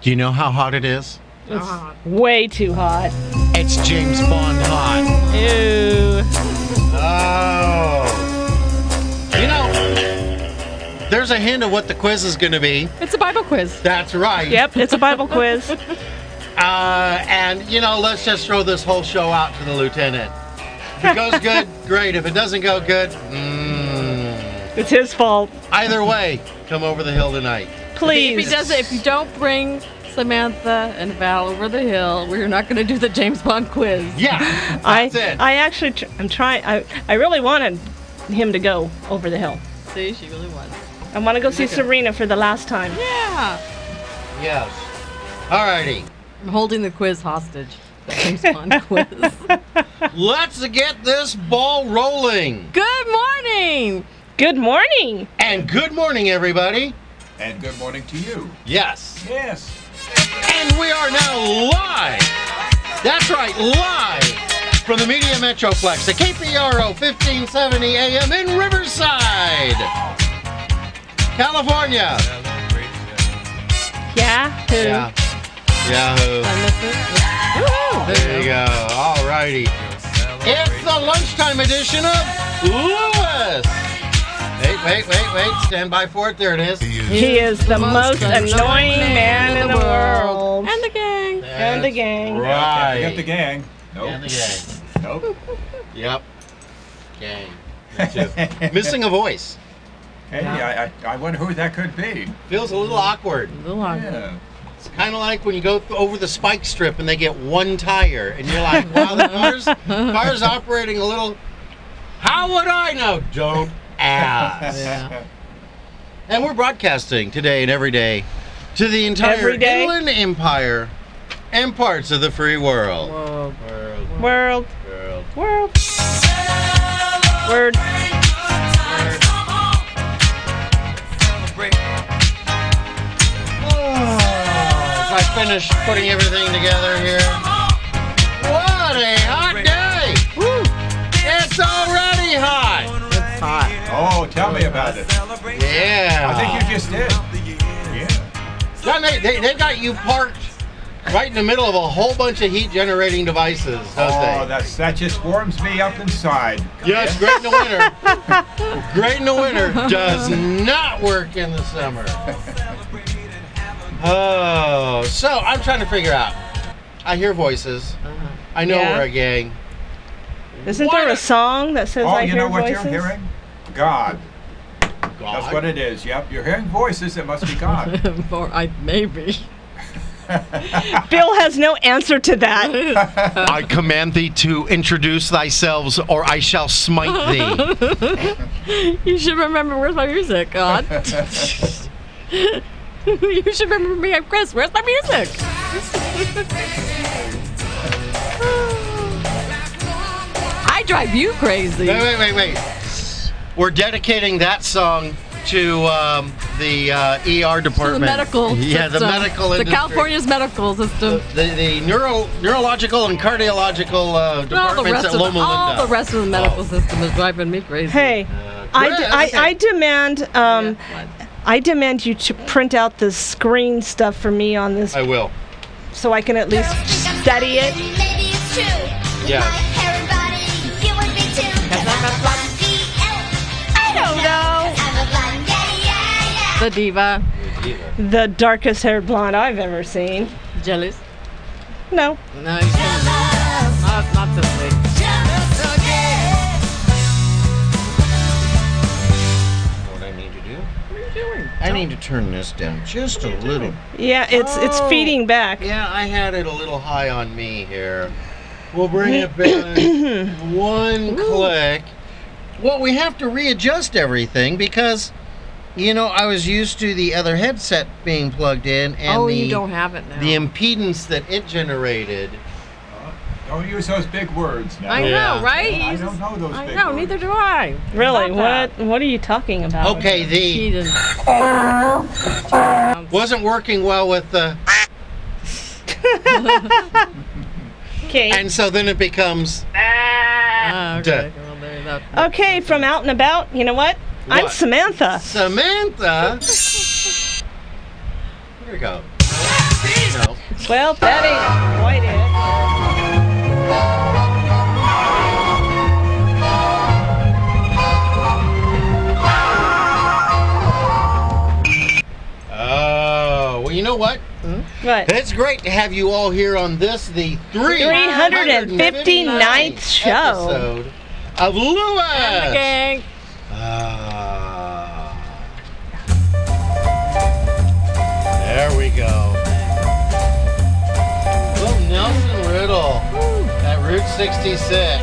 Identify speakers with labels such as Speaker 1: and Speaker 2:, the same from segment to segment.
Speaker 1: Do you know how hot it is?
Speaker 2: It's way too hot.
Speaker 1: It's James Bond hot.
Speaker 2: Ew.
Speaker 1: Oh. You know, there's a hint of what the quiz is going to be.
Speaker 2: It's a Bible quiz.
Speaker 1: That's right.
Speaker 2: Yep, it's a Bible quiz.
Speaker 1: Uh, and, you know, let's just throw this whole show out to the lieutenant. If it goes good, great. If it doesn't go good, mm.
Speaker 2: It's his fault.
Speaker 1: either way, come over the hill tonight.
Speaker 2: Please.
Speaker 3: If he doesn't, if you don't bring Samantha and Val over the hill, we're not going to do the James Bond quiz.
Speaker 1: Yeah.
Speaker 2: I,
Speaker 1: That's it.
Speaker 2: I actually, tr- I'm trying. I, I really wanted him to go over the hill.
Speaker 3: See, she really wants.
Speaker 2: I want to go see
Speaker 1: Okay.
Speaker 2: Serena for the last time.
Speaker 3: Yeah.
Speaker 1: yes. Alrighty.
Speaker 3: I'm holding the quiz hostage. The James Bond quiz.
Speaker 1: Let's get this ball rolling.
Speaker 3: Good morning.
Speaker 2: Good morning.
Speaker 1: And good morning, everybody.
Speaker 4: And good morning to you.
Speaker 1: Yes.
Speaker 4: Yes.
Speaker 1: And we are now live. That's right, live from the Media Metroplex, the KPRO 1570 AM in Riverside, California.
Speaker 2: Yeah. Who?
Speaker 1: Yeah. Yahoo.
Speaker 3: I miss it.
Speaker 1: There you go. All righty. It's the lunchtime edition of Lewis. Wait, wait, wait, wait. Stand by for it. There it is.
Speaker 2: He is the most annoying man in the world.
Speaker 3: And the gang.
Speaker 2: And the gang.
Speaker 1: Right.
Speaker 4: Get the gang.
Speaker 1: And the
Speaker 4: Nope.
Speaker 1: gang.
Speaker 4: Nope.
Speaker 1: Yep. Gang. Missing a voice.
Speaker 4: Hey, I, I, I wonder who that could be.
Speaker 1: Feels a little awkward.
Speaker 3: The long
Speaker 4: Yeah.
Speaker 1: It's kind of like when you go th- over the spike strip and they get one tire, and you're like, wow, the car's, car's operating a little. How would I know? Don't ask.
Speaker 3: Yeah.
Speaker 1: And we're broadcasting today and every day to the entire
Speaker 2: Every day?
Speaker 1: Inland Empire and parts of the free world.
Speaker 3: Whoa.
Speaker 1: World,
Speaker 2: World.
Speaker 1: world.
Speaker 2: World. Word.
Speaker 1: As I finish putting everything together here, what a hot day! Woo! It's already hot!
Speaker 3: It's hot.
Speaker 4: Oh, tell me about it. I think
Speaker 1: Yeah!
Speaker 4: you just did. Yeah.
Speaker 1: John, they, they, they've got you parked right in the middle of a whole bunch of heat generating devices, don't they?
Speaker 4: Oh, that's, that just warms me up inside.
Speaker 1: Yes, great in the winter. great in the winter does not work in the summer. Oh, so I'm trying to figure out. I hear voices.
Speaker 3: Uh-huh.
Speaker 1: I know
Speaker 2: Yeah.
Speaker 1: we're a gang.
Speaker 2: Isn't
Speaker 1: Why
Speaker 2: there a
Speaker 1: not-
Speaker 2: song that says
Speaker 4: Oh,
Speaker 2: I
Speaker 4: you
Speaker 2: hear
Speaker 4: know what
Speaker 2: voices?
Speaker 4: you're hearing? God.
Speaker 1: God.
Speaker 4: That's what it is. Yep. You're hearing voices. It must be God.
Speaker 3: or I maybe.
Speaker 2: Bill has no answer to that.
Speaker 1: I command thee to introduce thyself, or I shall smite thee.
Speaker 3: You should remember where's my music, God. you should remember me. I'm Chris. Where's my music? I drive you crazy.
Speaker 1: wait, wait, wait, wait. We're dedicating that song to um, the uh, ER
Speaker 3: To the
Speaker 1: department.
Speaker 3: medical
Speaker 1: Yeah, the
Speaker 3: system.
Speaker 1: medical
Speaker 3: The
Speaker 1: industry.
Speaker 3: California's medical system.
Speaker 1: the, the neuro, neurological and cardiological uh,
Speaker 3: all the
Speaker 1: departments
Speaker 3: rest
Speaker 1: at
Speaker 3: of the,
Speaker 1: Loma
Speaker 3: all the
Speaker 1: Linda. Oh.
Speaker 3: rest of the medical system is driving me crazy.
Speaker 2: Hey,
Speaker 1: Uh,
Speaker 2: I, d- I, I demand um, I demand you to print out the screen stuff for me on this
Speaker 1: I will.
Speaker 2: so I can at least study it.
Speaker 5: Maybe it's true.
Speaker 1: Yeah.
Speaker 5: My hair and body, you and me too. 'Cause I'm a blonde BL. I don't know. 'Cause I'm a blonde, yeah, yeah, yeah.
Speaker 3: the diva,
Speaker 2: The darkest haired blonde I've ever seen.
Speaker 3: jealous.
Speaker 2: No,
Speaker 3: No, you shouldn't. not, not this way.
Speaker 1: What I need to do? What are you doing? I need to turn this down just a little.
Speaker 2: yeah, it's it's feeding back.
Speaker 1: Oh. Yeah, I had it a little high on me here. We'll bring it back one click. Well, we have to readjust everything because, you know, I was used to the other headset being plugged in and
Speaker 3: oh,
Speaker 1: the,
Speaker 3: you don't have it now.
Speaker 1: the impedance that it generated.
Speaker 4: Don't use those big words now.
Speaker 3: I know,
Speaker 1: Yeah.
Speaker 3: right?
Speaker 4: I
Speaker 3: You
Speaker 4: don't
Speaker 3: just-
Speaker 4: know those
Speaker 3: I
Speaker 4: big
Speaker 3: know,
Speaker 4: words.
Speaker 3: neither do I.
Speaker 2: Really?
Speaker 3: Stop that.
Speaker 2: What what are you talking about?
Speaker 1: Okay,
Speaker 3: He
Speaker 1: the
Speaker 3: didn't.
Speaker 1: wasn't working well with the,
Speaker 2: Okay.
Speaker 1: and so then it becomes
Speaker 3: Ah, okay.
Speaker 1: Duh.
Speaker 3: Well, there you go.
Speaker 2: okay, from out and about, you know what? I'm
Speaker 1: What?
Speaker 2: Samantha.
Speaker 1: Samantha. Here we go.
Speaker 2: Well, that ain't quite it.
Speaker 1: Oh, well, you know what?
Speaker 2: What?
Speaker 1: It's great to have you all here on this, the
Speaker 2: 359th show.
Speaker 1: episode of
Speaker 3: And the
Speaker 1: Lewis.
Speaker 3: gang.
Speaker 1: Ah. there we go. Little Nelson Riddle at Route 66.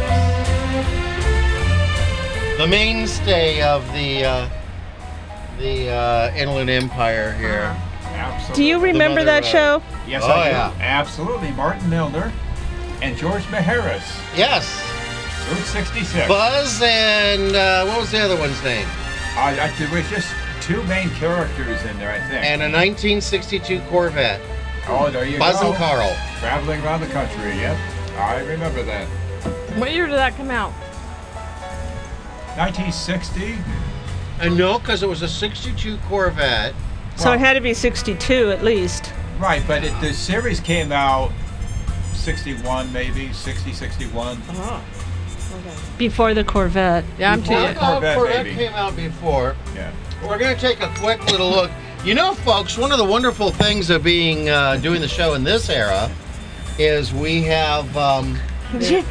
Speaker 1: The mainstay of the uh, the uh, Inland Empire here.
Speaker 4: Absolutely.
Speaker 2: Do you remember
Speaker 1: Mother
Speaker 2: that
Speaker 1: Road.
Speaker 2: show?
Speaker 4: Yes,
Speaker 1: Oh,
Speaker 4: I do.
Speaker 1: yeah.
Speaker 4: Absolutely. Martin Milner and George Maharis.
Speaker 1: Yes.
Speaker 4: Route 66.
Speaker 1: Buzz and uh, what was the other one's name?
Speaker 4: I, I, there was just two main characters in there, I think.
Speaker 1: And uh, a 1962 Corvette.
Speaker 4: oh, there you
Speaker 1: Buzz
Speaker 4: go.
Speaker 1: and Carl.
Speaker 4: Traveling around the country, yep. I remember that.
Speaker 3: What year did that come out?
Speaker 4: 1960.
Speaker 1: And no, because it was a 62 Corvette.
Speaker 2: So
Speaker 4: Wow.
Speaker 2: it had to be 62 at least.
Speaker 4: Right, but it, the series came out 61, maybe, 60, 61.
Speaker 3: Oh.
Speaker 2: Before the Corvette.
Speaker 3: Yeah, I'm too
Speaker 1: Well,
Speaker 3: young.
Speaker 1: no,
Speaker 4: Corvette,
Speaker 1: Corvette
Speaker 4: maybe.
Speaker 1: came out before.
Speaker 4: Yeah.
Speaker 1: We're going to take a quick little look. You know, folks, one of the wonderful things of being uh, doing the show in this era is we have, um,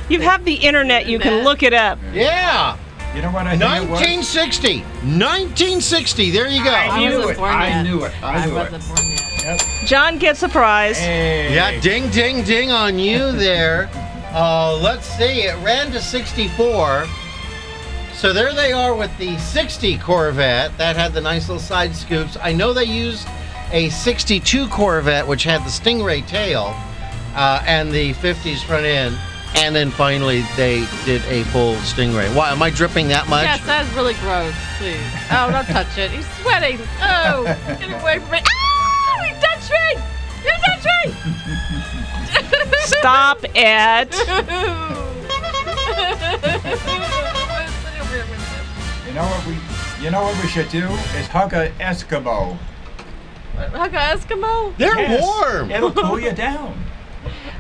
Speaker 2: You have the internet, you can look it up.
Speaker 1: yeah,
Speaker 4: You know what I think it was?
Speaker 1: 1960. 1960. There you
Speaker 3: I
Speaker 1: go.
Speaker 4: knew
Speaker 3: wasn't
Speaker 4: it.
Speaker 3: born
Speaker 4: I
Speaker 3: yet.
Speaker 4: knew it. I knew it.
Speaker 3: wasn't born yet.
Speaker 2: John gets a prize.
Speaker 4: Hey.
Speaker 1: Yeah, ding, ding, ding on you there. Uh, let's see, it ran to 64. So there they are with the 60 Corvette that had the nice little side scoops. I know they used a 62 Corvette, which had the Stingray tail uh, and the 50s front end. And then finally, they did a full Stingray. Why am I dripping that much?
Speaker 3: Yes, that is really gross. Please. Oh, don't touch it. He's sweating. Oh, get away from me. Oh, you touched me. You touched me.
Speaker 2: Stop it.
Speaker 4: You know what we you know what we should do is hug a Eskimo.
Speaker 3: Like an Eskimo?
Speaker 1: They're
Speaker 4: Yes,
Speaker 1: warm.
Speaker 4: It'll cool you down.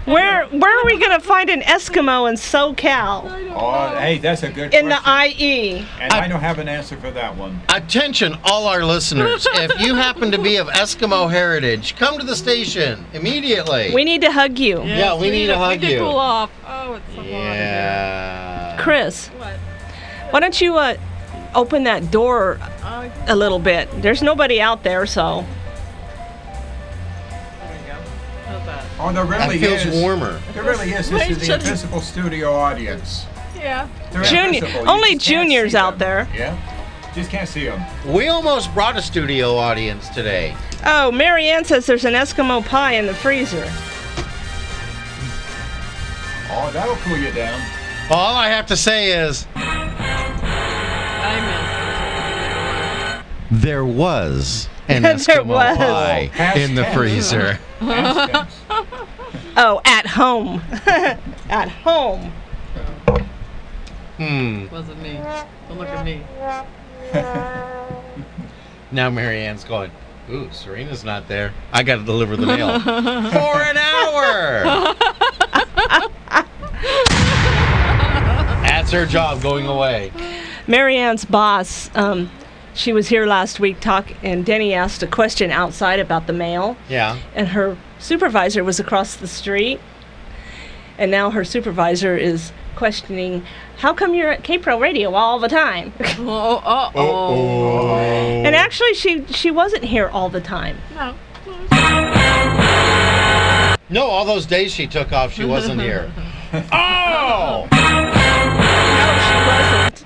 Speaker 2: Where where are we going to find an Eskimo in SoCal?
Speaker 4: Oh, hey, that's a good
Speaker 2: In the E.
Speaker 4: question.
Speaker 2: IE.
Speaker 4: and I don't have an answer for that one.
Speaker 1: Attention, all our listeners. if you happen to be of Eskimo heritage, come to the station immediately.
Speaker 2: We need to hug you.
Speaker 1: Yeah, we need to hug
Speaker 3: We
Speaker 1: you.
Speaker 3: need cool off. Oh, it's so hot in here.
Speaker 1: Yeah.
Speaker 2: Chris,
Speaker 3: What?
Speaker 2: why don't you uh, open that door
Speaker 3: Oh, there
Speaker 2: a little bit? There's nobody out there, so.
Speaker 3: we go. How's that?
Speaker 4: Oh, there
Speaker 1: That
Speaker 4: really
Speaker 1: feels
Speaker 4: is.
Speaker 1: warmer.
Speaker 4: There really is. This is the
Speaker 3: Rachel-
Speaker 4: invisible studio audience.
Speaker 3: Yeah.
Speaker 4: They're
Speaker 2: Junior-
Speaker 4: invisible. You
Speaker 2: only
Speaker 4: just can't
Speaker 2: juniors
Speaker 4: see
Speaker 2: out
Speaker 4: them.
Speaker 2: there.
Speaker 4: Yeah, just can't see them.
Speaker 1: We almost brought a studio audience today.
Speaker 2: Oh, Mary Ann says there's an Eskimo pie in the freezer.
Speaker 4: Oh, that'll cool you down.
Speaker 1: All I have to say is
Speaker 3: I
Speaker 1: there was an
Speaker 2: There
Speaker 1: Eskimo
Speaker 2: was.
Speaker 1: pie
Speaker 4: Past
Speaker 1: in the
Speaker 4: tense.
Speaker 1: freezer.
Speaker 4: Past tense.
Speaker 2: Oh, at home. at home.
Speaker 1: Hmm.
Speaker 3: miss. Wasn't me. Don't look at me.
Speaker 1: Now Marianne's going. Ooh, Serena's not there. I got to deliver the mail for an hour. That's her job going away.
Speaker 2: Marianne's boss, um, she was here last week talk, and Denny asked a question outside about the mail,
Speaker 1: Yeah.
Speaker 2: and her supervisor was across the street, and now her supervisor is questioning, how come you're at K-Pro Radio all the time?
Speaker 3: Oh, oh, oh.
Speaker 1: Oh.
Speaker 2: and actually, she she wasn't here all the time.
Speaker 3: No.
Speaker 1: No, all those days she took off, she wasn't here. oh.
Speaker 2: No, she wasn't.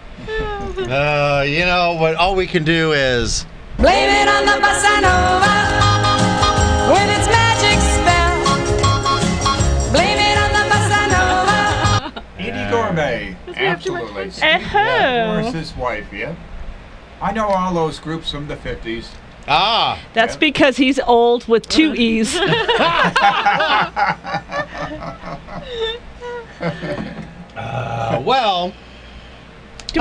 Speaker 1: Uh, you know, but all we can do is
Speaker 6: Blame it on the bossa nova with its magic spell. Blame it on the bossa nova.
Speaker 4: Edie Gourmet. Absolutely.
Speaker 2: Eho.
Speaker 4: Morris's wife, yeah. I know all those groups from the 50s.
Speaker 1: ah,
Speaker 2: That's
Speaker 4: Yeah.
Speaker 2: because he's old with two E's.
Speaker 1: uh, well.
Speaker 2: Do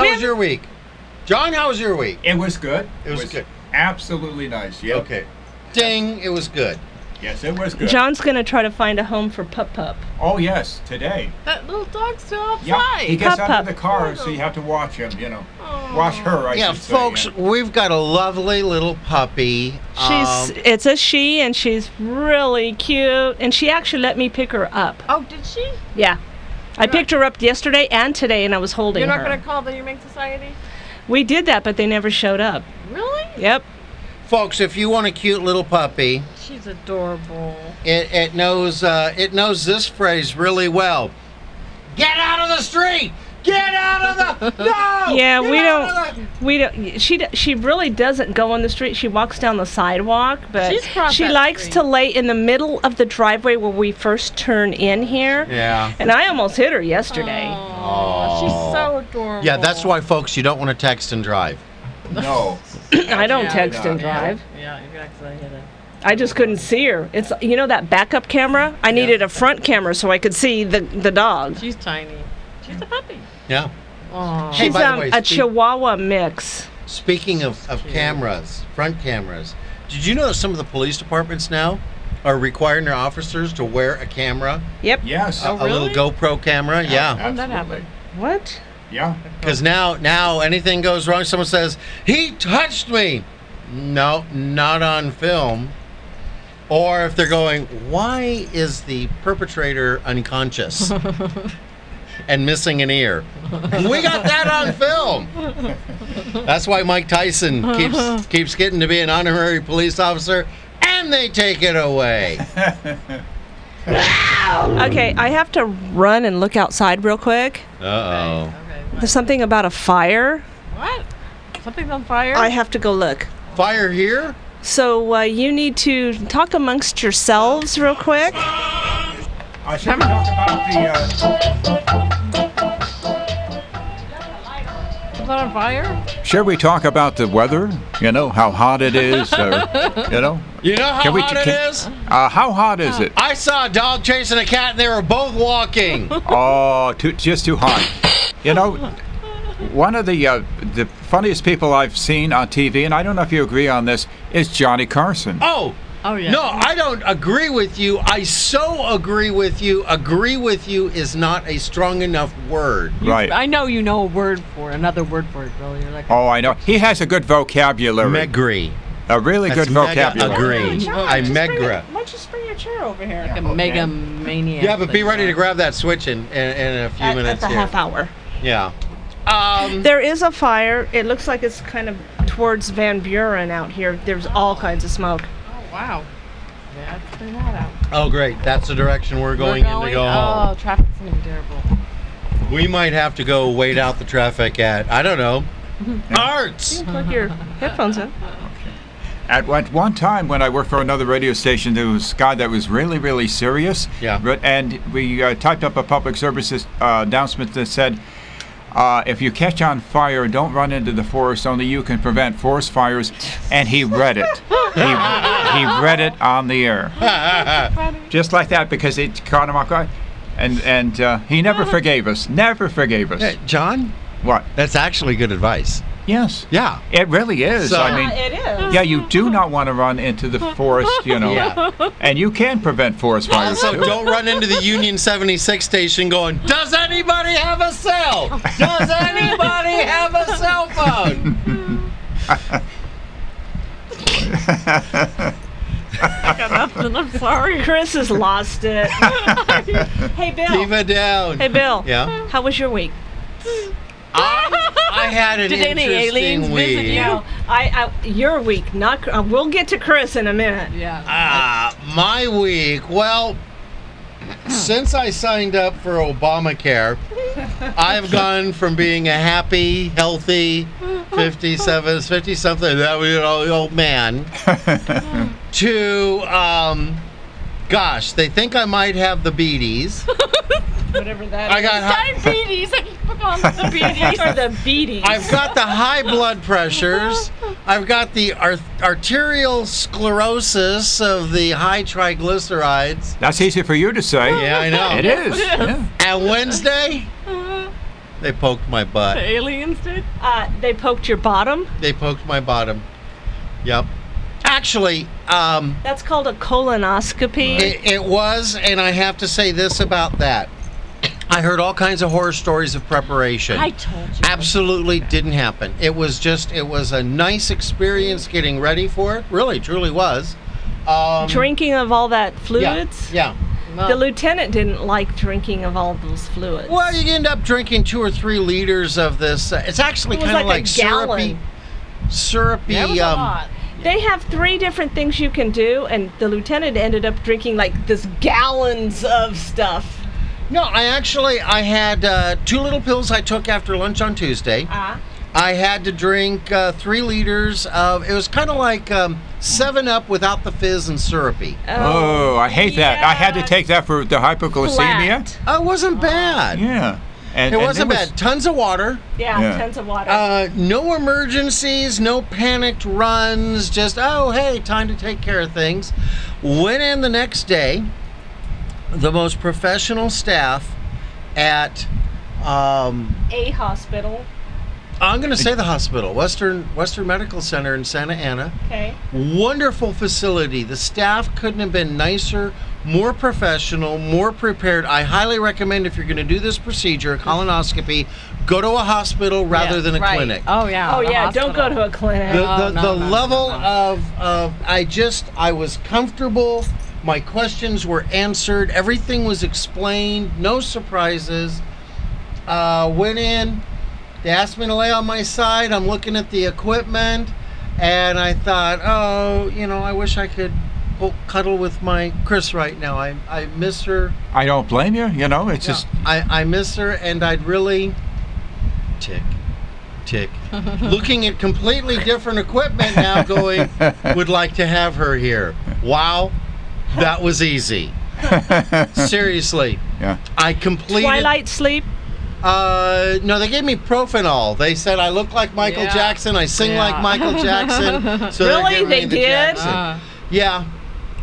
Speaker 1: how
Speaker 2: we
Speaker 1: was
Speaker 2: have-
Speaker 1: your week, John? How was your week?
Speaker 4: It was good.
Speaker 1: It was good.
Speaker 4: Absolutely nice. Yeah.
Speaker 1: Okay. Ding! It was good.
Speaker 4: Yes, it was good.
Speaker 2: John's going to try to find a home for Pup Pup.
Speaker 4: oh yes, today.
Speaker 3: That little dog's still
Speaker 4: Yeah, he
Speaker 3: outside.
Speaker 4: gets
Speaker 2: Pup
Speaker 4: out of the
Speaker 2: Pup.
Speaker 4: car, so you have to watch him. You know, watch her. I
Speaker 1: yeah,
Speaker 4: should say,
Speaker 1: folks,
Speaker 4: yeah.
Speaker 1: we've got a lovely little puppy.
Speaker 2: She's
Speaker 1: Um,
Speaker 2: it's a she and she's really cute and she actually let me pick her up.
Speaker 3: Oh, did she?
Speaker 2: Yeah. I picked her up yesterday and today and I was holding
Speaker 3: You're not
Speaker 2: her.
Speaker 3: going to call the Humane Society?
Speaker 2: we did that but they never showed up.
Speaker 3: Really?
Speaker 2: Yep.
Speaker 1: folks, if you want a cute little puppy,
Speaker 3: She's adorable.
Speaker 1: it, it knows uh, it knows this phrase really well. Get out of the street! Get out of the no!
Speaker 2: Yeah,
Speaker 1: Get
Speaker 2: we
Speaker 1: out
Speaker 2: don't-
Speaker 1: of the-
Speaker 2: We don't, she d- she really doesn't go on the street. She walks down the sidewalk, but
Speaker 3: She's crossed
Speaker 2: she
Speaker 3: that
Speaker 2: likes
Speaker 3: street.
Speaker 2: to lay in the middle of the driveway where we first turn in here.
Speaker 1: Yeah.
Speaker 2: And I almost hit her yesterday.
Speaker 3: Aw,
Speaker 1: Oh.
Speaker 3: She's so adorable.
Speaker 1: Yeah, that's why, folks, you don't want to text and drive.
Speaker 4: No,
Speaker 2: I don't
Speaker 3: Yeah.
Speaker 2: text and
Speaker 4: Yeah.
Speaker 2: drive.
Speaker 3: Yeah, you actually hit it.
Speaker 2: I just couldn't see her. It's you know that backup camera. I needed a front camera so I could see the the dog.
Speaker 3: She's tiny. She's a puppy.
Speaker 1: Yeah.
Speaker 3: Aw.
Speaker 1: Hey,
Speaker 2: She's
Speaker 1: by the
Speaker 2: um,
Speaker 1: way,
Speaker 2: a
Speaker 1: speak-
Speaker 2: Chihuahua mix.
Speaker 1: Speaking of, of cameras, front cameras, did you know that some of the police departments now are requiring their officers to wear a camera,
Speaker 2: Yep.
Speaker 4: yes,
Speaker 1: a, a little
Speaker 3: Oh, really?
Speaker 1: GoPro camera? Yeah,
Speaker 3: How'd that happen?
Speaker 2: What?
Speaker 4: Yeah,
Speaker 1: because now now anything goes wrong, someone says he touched me. No, not on film. Or if they're going, why is the perpetrator unconscious and missing an ear? We got that on film. That's why Mike Tyson keeps keeps getting to be an honorary police officer, and they take it away.
Speaker 2: Okay, I have to run and look outside real quick.
Speaker 1: Uh
Speaker 3: Okay.
Speaker 2: There's something about a fire.
Speaker 3: What? Something's on fire?
Speaker 2: I have to go look.
Speaker 1: oh, fire here.
Speaker 2: So uh, you need to talk amongst yourselves real quick.
Speaker 4: I Uh, should talk about the. Uh,
Speaker 3: Is that on fire?
Speaker 4: should we talk about the weather? You know how hot it is, or, you know.
Speaker 1: You know how
Speaker 4: Can we-
Speaker 1: hot it is.
Speaker 4: can- Uh, how hot is it?
Speaker 1: I saw a dog chasing a cat, and they were both walking.
Speaker 4: Oh, too, just too hot. You know, one of the uh, the funniest people I've seen on TV, and I don't know if you agree on this, is Johnny Carson.
Speaker 1: Oh.
Speaker 3: Oh, yeah.
Speaker 1: No, I don't agree with you. I so agree with you. Agree with you is not a strong enough word.
Speaker 4: right.
Speaker 3: I know you know a word for another word for it, Bill. You're like,
Speaker 4: oh, I know. He has a good vocabulary.
Speaker 1: Megree.
Speaker 4: a really
Speaker 1: That's
Speaker 4: good
Speaker 1: mega agree.
Speaker 4: vocabulary.
Speaker 1: I megra.
Speaker 2: Why don't you spring your chair over here?
Speaker 3: a mega maniac.
Speaker 1: Yeah, but be
Speaker 3: like
Speaker 1: ready to
Speaker 3: that.
Speaker 1: grab that switch in, in, in a few
Speaker 2: At, at
Speaker 1: minutes
Speaker 2: the
Speaker 1: here.
Speaker 2: half hour.
Speaker 1: Yeah. Um,
Speaker 2: There is a fire. It looks like it's kind of towards Van Buren out here. There's all kinds of smoke.
Speaker 3: Oh, wow. Yeah, let's clear that out.
Speaker 1: oh, great. That's the direction we're going,
Speaker 3: We're
Speaker 1: in to go
Speaker 3: oh,
Speaker 1: home.
Speaker 3: traffic's gonna be terrible.
Speaker 1: We might have to go wait out the traffic at, I don't know, Arts.
Speaker 2: Plug your headphones in.
Speaker 4: At one, one time when I worked for another radio station, there was a guy that was really, really serious.
Speaker 1: Yeah.
Speaker 4: But- And we uh, typed up a public services uh, announcement that said, uh, if you catch on fire, don't run into the forest. Only you can prevent forest fires. And he read it. he, he read it on the air, just like that, because it caught him off guard. And and uh, he never forgave us. Never forgave us.
Speaker 1: Hey, John,
Speaker 4: What?
Speaker 1: that's actually good advice.
Speaker 4: Yes.
Speaker 1: Yeah.
Speaker 4: It really is.
Speaker 1: So-
Speaker 4: I mean,
Speaker 2: It is.
Speaker 4: yeah, you do not want to run into the forest, you know.
Speaker 1: Yeah.
Speaker 4: And you can prevent forest fires.
Speaker 1: Also,
Speaker 4: too.
Speaker 1: don't run into the Union 76 station going, Does anybody have a cell? Does anybody have a cell phone?
Speaker 2: I'm sorry. Chris has lost it. hey, Bill.
Speaker 1: Diva down.
Speaker 2: Hey, Bill.
Speaker 1: Yeah.
Speaker 2: How was your week?
Speaker 1: I, I had an
Speaker 3: Did any
Speaker 1: interesting
Speaker 3: aliens
Speaker 1: week.
Speaker 3: visit you?
Speaker 2: Oh, I, I your week, not. Uh, we'll get to Chris in a minute.
Speaker 3: Yeah.
Speaker 1: Ah, my week. Well, since I signed up for Obamacare, I've gone from being a happy, healthy 57, 50 something, that was an old old man, to, um, gosh, they think I might have the beaties.
Speaker 2: Whatever that
Speaker 1: I got high,
Speaker 3: Diabetes. I just put on the
Speaker 2: These
Speaker 3: beaties.
Speaker 2: are the beaties.
Speaker 1: I've got the high blood pressures. I've got the ar- arterial sclerosis of the high triglycerides.
Speaker 4: That's easy for you to say.
Speaker 1: Yeah, I know.
Speaker 4: It is. Yeah.
Speaker 1: And Wednesday, they poked my
Speaker 3: The
Speaker 1: butt.
Speaker 3: aliens did.
Speaker 2: Uh, they poked your bottom.
Speaker 1: They poked my bottom. Yep. Actually, Um,
Speaker 2: That's called a colonoscopy.
Speaker 1: it, it was, and I have to say this about that. I heard all kinds of horror stories of preparation.
Speaker 3: I told you.
Speaker 1: Absolutely didn't happen. It was just, it was a nice experience getting ready for it. Really, truly was. Um,
Speaker 2: drinking of all that fluids.
Speaker 1: Yeah. yeah.
Speaker 2: The lieutenant didn't like drinking of all those fluids.
Speaker 1: Well, you end up drinking two or three liters of this. Uh, it's actually
Speaker 2: It was
Speaker 1: kind of
Speaker 2: like a
Speaker 1: like, syrupy,
Speaker 2: gallon.
Speaker 1: syrupy.
Speaker 3: That was a
Speaker 1: um,
Speaker 3: lot.
Speaker 2: They have three different things you can do, and the lieutenant ended up drinking like this gallons of stuff.
Speaker 1: No, I actually I had uh, two little pills I took after lunch on Tuesday.
Speaker 2: Ah.
Speaker 1: I had to drink uh, three liters of. It was kind of like um, Seven Up without the fizz and syrupy.
Speaker 2: Um,
Speaker 4: Oh, I hate that. I had to take that for the hypoglycemia.
Speaker 2: Flat.
Speaker 1: Uh, it wasn't bad.
Speaker 4: Yeah. And,
Speaker 1: It
Speaker 4: and
Speaker 1: wasn't
Speaker 4: was-
Speaker 1: bad. Tons of water.
Speaker 2: Yeah,
Speaker 4: Yeah.
Speaker 2: tons of water.
Speaker 1: Uh, no emergencies, no panicked runs, just, oh, hey, time to take care of things. Went in the next day, the most professional staff at, um,
Speaker 2: a hospital.
Speaker 1: I'm going to say the hospital, Western, Western Medical Center in Santa Ana.
Speaker 2: Okay.
Speaker 1: Wonderful facility. The staff couldn't have been nicer, more professional, more prepared. I highly recommend if you're going to do this procedure, a colonoscopy, go to a hospital rather
Speaker 3: Yes,
Speaker 1: than a
Speaker 3: right.
Speaker 1: clinic.
Speaker 3: Oh yeah.
Speaker 2: Oh
Speaker 3: the
Speaker 2: yeah, don't go
Speaker 3: hospital.
Speaker 2: to a clinic.
Speaker 1: the,
Speaker 3: Oh,
Speaker 1: the,
Speaker 3: no,
Speaker 1: the
Speaker 3: no, no,
Speaker 1: level
Speaker 3: no.
Speaker 1: of of I just I was comfortable. My questions were answered. Everything was explained. No surprises. Uh, went in. They asked me to lay on my side. I'm looking at the equipment, and I thought, oh, you know, I wish I could go cuddle with my Chris right now. I I miss her.
Speaker 4: I don't blame you. You know, it's just
Speaker 1: I, I miss her and I'd really tick tick looking at completely different equipment now going would like to have her here wow that was easy seriously
Speaker 4: yeah.
Speaker 1: i completed
Speaker 2: Twilight sleep.
Speaker 1: uh no they gave me profenol they said i look like michael
Speaker 3: Yeah.
Speaker 1: jackson i sing
Speaker 3: Yeah.
Speaker 1: like michael jackson so they're
Speaker 2: Really?
Speaker 1: giving
Speaker 2: They
Speaker 1: me the
Speaker 2: did? Uh-huh.
Speaker 1: Jackson.
Speaker 3: Uh,
Speaker 1: yeah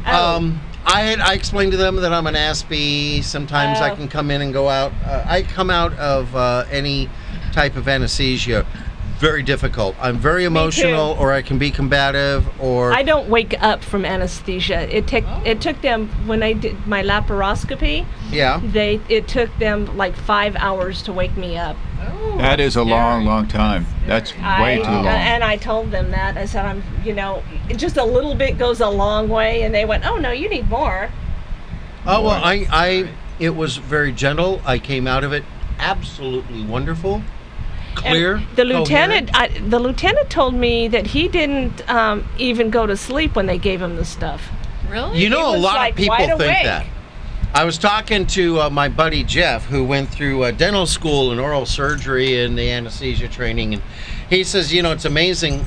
Speaker 2: Oh.
Speaker 1: um, I had I explained to them that I'm an Aspie. Sometimes I
Speaker 2: Oh.
Speaker 1: can come in and go out. Uh, I come out of uh, any type of anesthesia. Very difficult. I'm very emotional, or I can be combative, or
Speaker 2: I don't wake up from anesthesia. It took
Speaker 1: Oh.
Speaker 2: it took them when I did my laparoscopy.
Speaker 1: yeah.
Speaker 2: They it took them like five hours to wake me up.
Speaker 3: Oh,
Speaker 4: That is a long, long time. That's way
Speaker 2: I,
Speaker 4: too
Speaker 2: uh,
Speaker 4: long.
Speaker 2: And I told them that. I said, I'm, you know, it- just a little bit goes a long way. And they went, oh, no, you need more.
Speaker 1: Oh well, I I it was very gentle. I came out of it absolutely wonderful,
Speaker 2: And
Speaker 1: clear.
Speaker 7: Oh,
Speaker 2: the
Speaker 1: coherent.
Speaker 2: lieutenant, I, the lieutenant told me that he didn't um, even go to sleep when they gave him the stuff.
Speaker 3: really?
Speaker 1: You know, a
Speaker 2: was,
Speaker 1: lot
Speaker 2: like,
Speaker 1: of people
Speaker 2: wide
Speaker 1: think
Speaker 2: awake.
Speaker 1: that. I was talking to uh, my buddy Jeff, who went through uh, dental school and oral surgery and the anesthesia training, and he says, you know, it's amazing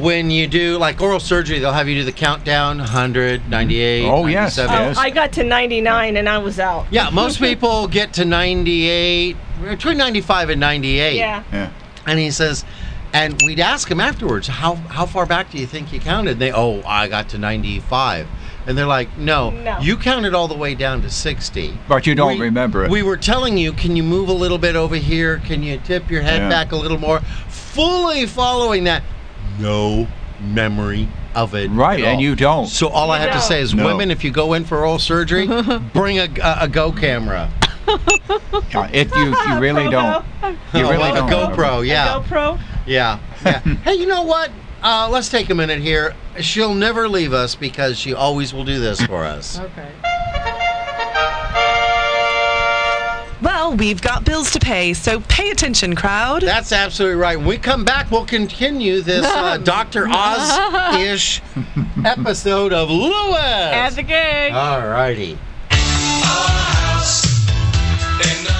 Speaker 1: when you do like oral surgery, they'll have you do the countdown 100, 98,
Speaker 4: Oh, yes,
Speaker 1: 97.
Speaker 4: yes.
Speaker 2: Mm-hmm. Oh, I got to 99 and I was out.
Speaker 1: Yeah, most people get to 98, between 95 and 98.
Speaker 2: Yeah.
Speaker 4: yeah.
Speaker 1: And he says, and we'd ask him afterwards, how how far back do you think you counted? And they, oh, I got to 95. And they're like, no,
Speaker 2: No.
Speaker 1: you counted all the way down to 60.
Speaker 4: But you don't
Speaker 1: We-
Speaker 4: remember it.
Speaker 1: We were telling you, can you move a little bit over here? Can you tip your head
Speaker 4: Yeah.
Speaker 1: back a little more? Fully following that, no memory of it.
Speaker 4: Right,
Speaker 1: at
Speaker 4: and
Speaker 1: all.
Speaker 4: you don't.
Speaker 1: So all I
Speaker 2: You
Speaker 1: have to
Speaker 2: don't.
Speaker 1: say is,
Speaker 4: No.
Speaker 1: women, if you go in for oral surgery, bring a, a, a Go camera.
Speaker 4: Yeah, it, you, you really don't. You
Speaker 1: Oh,
Speaker 4: really
Speaker 1: well,
Speaker 4: don't.
Speaker 1: a GoPro, yeah.
Speaker 2: GoPro.
Speaker 1: Yeah. yeah. hey, you know what? Uh, let's take a minute here. She'll never leave us because she always will do this for us.
Speaker 3: Okay.
Speaker 7: Well, we've got bills to pay, so pay attention, crowd.
Speaker 1: That's absolutely right. When we come back, we'll continue this uh, Dr. Oz ish episode of Lewis.
Speaker 3: At the gig.
Speaker 1: All righty.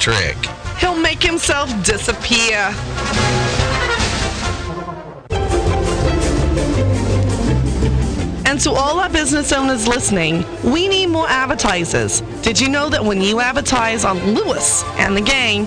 Speaker 8: trick.
Speaker 7: He'll make himself disappear. And to all our business owners listening, we need more advertisers. Did you know that when you advertise on Lewis and the Gang,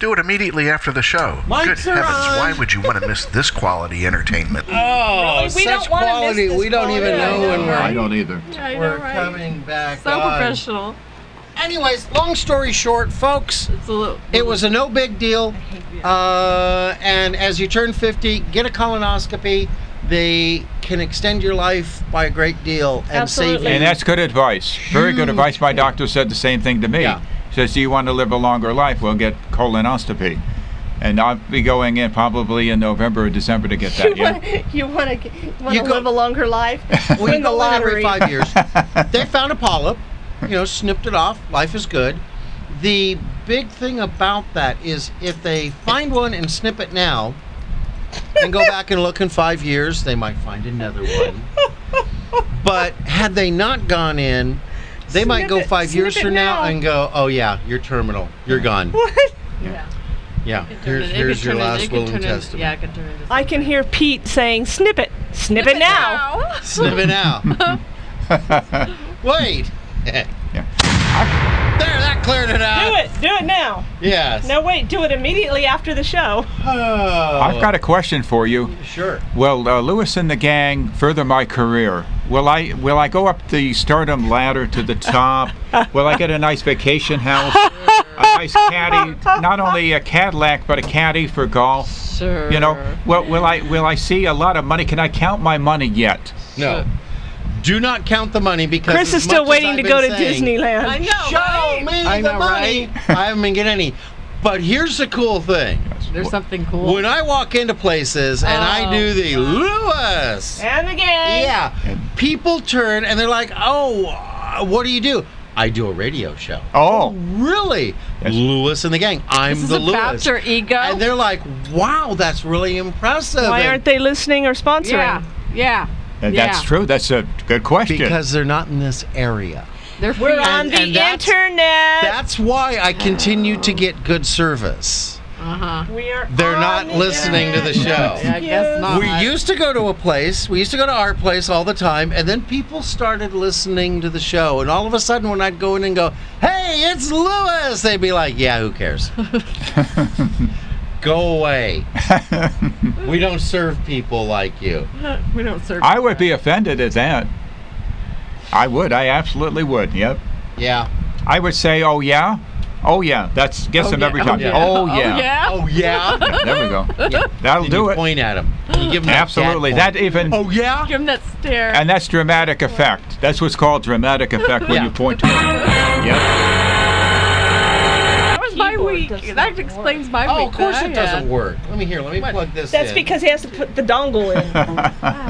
Speaker 9: Do it immediately after the show.
Speaker 1: Lights
Speaker 9: Good
Speaker 1: are
Speaker 9: heavens,
Speaker 1: on.
Speaker 9: why would you want to miss this quality entertainment?
Speaker 1: Oh,
Speaker 2: Really? We don't
Speaker 1: such
Speaker 2: wanna miss
Speaker 1: quality.
Speaker 2: this
Speaker 1: We don't even know
Speaker 2: quality.
Speaker 1: when
Speaker 4: I
Speaker 1: we're,
Speaker 4: don't either.
Speaker 3: I know,
Speaker 1: we're
Speaker 3: right?
Speaker 1: coming back.
Speaker 3: So
Speaker 1: on.
Speaker 3: professional.
Speaker 1: Anyways, long story short, folks,
Speaker 3: It's a little.
Speaker 1: it was a no big deal. Uh, and as you turn 50, get a colonoscopy. They can extend your life by a great deal and save
Speaker 2: Absolutely.
Speaker 1: you.
Speaker 4: And that's good advice. Very good advice. My doctor said the same thing to me.
Speaker 1: Yeah.
Speaker 4: Says, "Do you want to live a longer life? Well, get colonoscopy." And I'll be going in probably in November or December to get that. yeah.
Speaker 2: you want to want
Speaker 1: You
Speaker 2: to
Speaker 1: go-
Speaker 2: live a longer life?
Speaker 1: we
Speaker 2: Win the
Speaker 1: go in every
Speaker 2: lottery.
Speaker 1: five years. they found a polyp, you know, snipped it off. Life is good. The big thing about that is if they find one and snip it now, and go back and look in five years, they might find another one. But had they not gone in, they might
Speaker 2: Snip
Speaker 1: go
Speaker 2: it-
Speaker 1: five
Speaker 2: snip
Speaker 1: years
Speaker 2: it
Speaker 1: from now.
Speaker 2: now.
Speaker 1: and go, "Oh yeah, you're terminal. You're gone."
Speaker 2: What?
Speaker 1: Yeah,
Speaker 3: It
Speaker 1: here's,
Speaker 3: could
Speaker 1: here's your
Speaker 3: turn in- it
Speaker 1: last
Speaker 3: could
Speaker 1: will and
Speaker 3: turn in-
Speaker 1: testament.
Speaker 3: Yeah, it could turn into.
Speaker 2: I can hear Pete saying, "Snip it, snip it now."
Speaker 1: Snip it out. Wait. there, that cleared it out.
Speaker 2: Do it, do it now.
Speaker 1: Yes. Oh.
Speaker 2: No, wait, do it immediately after the show.
Speaker 4: I've got a question for you.
Speaker 1: Sure.
Speaker 4: Will uh, Lewis and the gang further my career? Will I will I go up the stardom ladder to the top? will I get a nice vacation house? a nice caddy, not only a Cadillac but a caddy for golf.
Speaker 3: Sure.
Speaker 4: You know, well, will I will I see a lot of money? Can I count my money yet?
Speaker 1: No. Do not count the money because
Speaker 2: Chris
Speaker 1: as
Speaker 2: is still
Speaker 1: much as
Speaker 2: waiting
Speaker 1: I've
Speaker 2: to
Speaker 1: been
Speaker 2: go to
Speaker 1: saying,
Speaker 2: Disneyland.
Speaker 3: I know.
Speaker 1: Show
Speaker 3: right?
Speaker 1: me
Speaker 4: I
Speaker 1: the
Speaker 4: know,
Speaker 1: money. I haven't get any. But here's the cool thing.
Speaker 3: There's something cool.
Speaker 1: When I walk into places and I do the
Speaker 2: Oh,
Speaker 1: Lewis,
Speaker 2: And again.
Speaker 1: yeah, people turn and they're like, "Oh, uh, what do you do?" I do a radio show.
Speaker 4: Oh,
Speaker 1: Really,
Speaker 4: Yes.
Speaker 1: Lewis and the gang. I'm
Speaker 3: this is
Speaker 1: the
Speaker 3: about
Speaker 1: Lewis.
Speaker 3: your ego.
Speaker 1: and they're like, "Wow, that's really impressive."
Speaker 2: Why
Speaker 1: And-
Speaker 2: aren't they listening or sponsoring?
Speaker 3: yeah. Yeah.
Speaker 4: that- that's
Speaker 3: Yeah.
Speaker 4: true. That's a good question.
Speaker 1: because they're not in this area.
Speaker 3: They're
Speaker 2: We're
Speaker 3: free.
Speaker 2: on the
Speaker 1: and that's-
Speaker 2: internet.
Speaker 1: That's why I continue to get good service.
Speaker 3: Uh huh.
Speaker 2: we are
Speaker 1: They're
Speaker 2: on
Speaker 1: not
Speaker 2: the
Speaker 1: listening to the
Speaker 2: internet.
Speaker 1: show.
Speaker 3: I guess not.
Speaker 1: We used to go to a place, we used to go to our place all the time, and then people started listening to the show. And all of a sudden, when I'd go in and go, hey, it's Lewis, they'd be like, yeah, who cares? go away. we don't serve people like you.
Speaker 3: we don't serve.
Speaker 4: I would be offended at that. I would. I absolutely would. Yep.
Speaker 1: Yeah.
Speaker 4: I would say, oh yeah, oh yeah. That's gets them every time.
Speaker 1: yeah.
Speaker 4: Oh yeah.
Speaker 1: Oh, yeah?
Speaker 4: Yeah, There we go.
Speaker 1: Yeah.
Speaker 4: That'll
Speaker 1: And
Speaker 4: do
Speaker 1: you
Speaker 4: it.
Speaker 1: point at him. You give him that
Speaker 4: Absolutely.
Speaker 1: dad
Speaker 4: That even
Speaker 1: point. Oh, yeah?
Speaker 3: Give him that stare.
Speaker 4: and that's dramatic effect. That's what's called dramatic effect when
Speaker 1: Yeah.
Speaker 4: you point to it. Yep.
Speaker 3: that was my
Speaker 2: Keyboard
Speaker 3: week.
Speaker 2: doesn't
Speaker 3: That explains my
Speaker 1: Oh,
Speaker 3: week.
Speaker 1: of course
Speaker 3: though,
Speaker 1: it
Speaker 3: yeah.
Speaker 1: doesn't work. Let me hear. Let me plug this
Speaker 2: That's
Speaker 1: in.
Speaker 2: because he has to put the dongle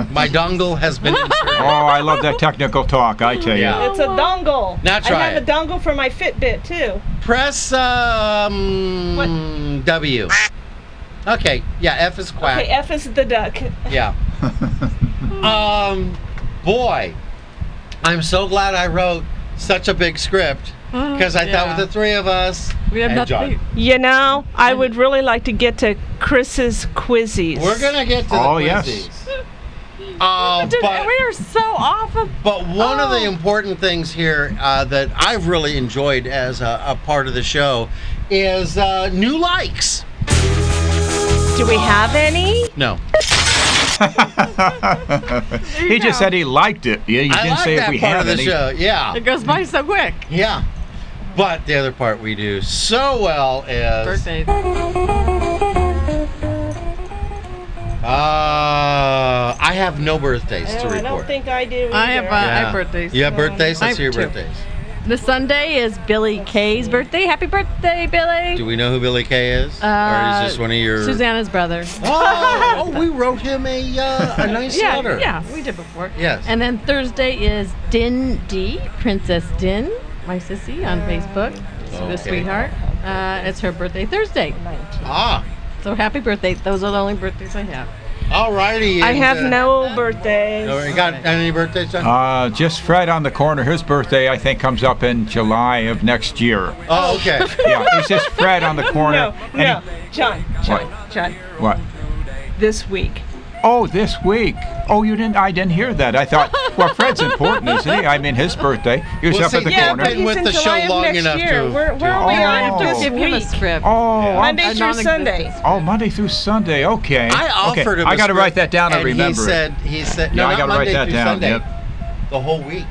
Speaker 2: in.
Speaker 1: my dongle has been
Speaker 4: Oh,
Speaker 1: inserted.
Speaker 4: I love that technical talk. I tell
Speaker 1: Yeah.
Speaker 4: you.
Speaker 2: it's a dongle.
Speaker 1: Now try
Speaker 2: I have
Speaker 1: it.
Speaker 2: a dongle for my Fitbit too.
Speaker 1: Press um W. Okay, yeah, F is quack.
Speaker 2: Okay, F is the duck.
Speaker 1: Yeah. um, boy, I'm so glad I wrote such a big script because I thought with the three of us and John,
Speaker 2: You know, I would really like to get to Chris's quizzies.
Speaker 1: we're gonna get to
Speaker 4: Oh,
Speaker 1: the quizzes. Uh,
Speaker 3: Dude,
Speaker 1: but
Speaker 3: we are so off of
Speaker 1: But one of
Speaker 3: Oh.
Speaker 1: the important things here uh, that I've really enjoyed as a, a part of the show is uh, new likes.
Speaker 2: Do we have any?
Speaker 1: No.
Speaker 4: he just said he liked it. Yeah, you
Speaker 1: I
Speaker 4: didn't
Speaker 1: like
Speaker 4: say if
Speaker 1: that
Speaker 4: we
Speaker 1: part
Speaker 4: had
Speaker 1: of the
Speaker 4: any.
Speaker 1: show. Yeah.
Speaker 3: It goes by so quick.
Speaker 1: Yeah. But the other part we do so well is
Speaker 3: Birthdays.
Speaker 1: Uh, I have no birthdays to
Speaker 2: Oh, I
Speaker 1: report.
Speaker 2: don't think I do.
Speaker 3: I have,
Speaker 2: either.
Speaker 3: uh, I have birthdays.
Speaker 1: Yeah, birthdays.
Speaker 3: I
Speaker 1: Let's
Speaker 3: have
Speaker 1: hear
Speaker 3: two.
Speaker 1: your birthdays.
Speaker 3: The Sunday is Billy Kay's birthday. Happy birthday, Billy!
Speaker 1: Do we know who Billy Kay is, or
Speaker 3: Uh,
Speaker 1: is this one of your?
Speaker 3: Susanna's brother.
Speaker 1: Oh, oh, we wrote him a uh, a nice
Speaker 3: yeah,
Speaker 1: letter.
Speaker 3: Yeah, we did before.
Speaker 1: Yes.
Speaker 3: And then Thursday is Din D, Princess Din, my sissy
Speaker 2: Uh,
Speaker 3: on Facebook, so the
Speaker 1: Okay.
Speaker 3: sweetheart. Uh, it's her birthday Thursday.
Speaker 1: Ah.
Speaker 3: So happy birthday! Those are the only birthdays I have.
Speaker 1: Alrighty.
Speaker 2: I
Speaker 1: and,
Speaker 2: have
Speaker 1: uh,
Speaker 2: no birthdays.
Speaker 1: Oh, you got any birthdays, John?
Speaker 4: Uh, just Fred on the corner. His birthday, I think, comes up in July of next year.
Speaker 1: oh, okay.
Speaker 4: Yeah, it's just Fred on the corner.
Speaker 2: No, no, John, John, John.
Speaker 4: What?
Speaker 2: This week.
Speaker 4: Oh, this week. Oh, you didn't. I didn't hear that. I thought, well, Fred's important, isn't he? I mean, his birthday. He was
Speaker 1: Well,
Speaker 4: up
Speaker 1: see,
Speaker 4: at the
Speaker 1: yeah,
Speaker 4: corner.
Speaker 1: but he's With in the show July of long next enough year. to- Oh. We're- we're
Speaker 4: only on
Speaker 3: I have
Speaker 4: this
Speaker 3: to give him a script.
Speaker 4: Oh, Yeah.
Speaker 2: Monday
Speaker 3: A
Speaker 2: through
Speaker 3: non-existent-
Speaker 2: Sunday.
Speaker 4: Oh, Monday through Sunday. Okay.
Speaker 1: I offered
Speaker 4: okay.
Speaker 1: him.
Speaker 4: I
Speaker 1: a
Speaker 4: got to
Speaker 1: script,
Speaker 4: write that down and,
Speaker 1: and
Speaker 4: remember
Speaker 1: He
Speaker 4: it.
Speaker 1: said. He said.
Speaker 4: Yeah,
Speaker 1: No,
Speaker 4: I
Speaker 1: not
Speaker 4: gotta write
Speaker 1: Monday
Speaker 4: that
Speaker 1: through
Speaker 4: down,
Speaker 1: Sunday.
Speaker 4: yep.
Speaker 1: The whole week.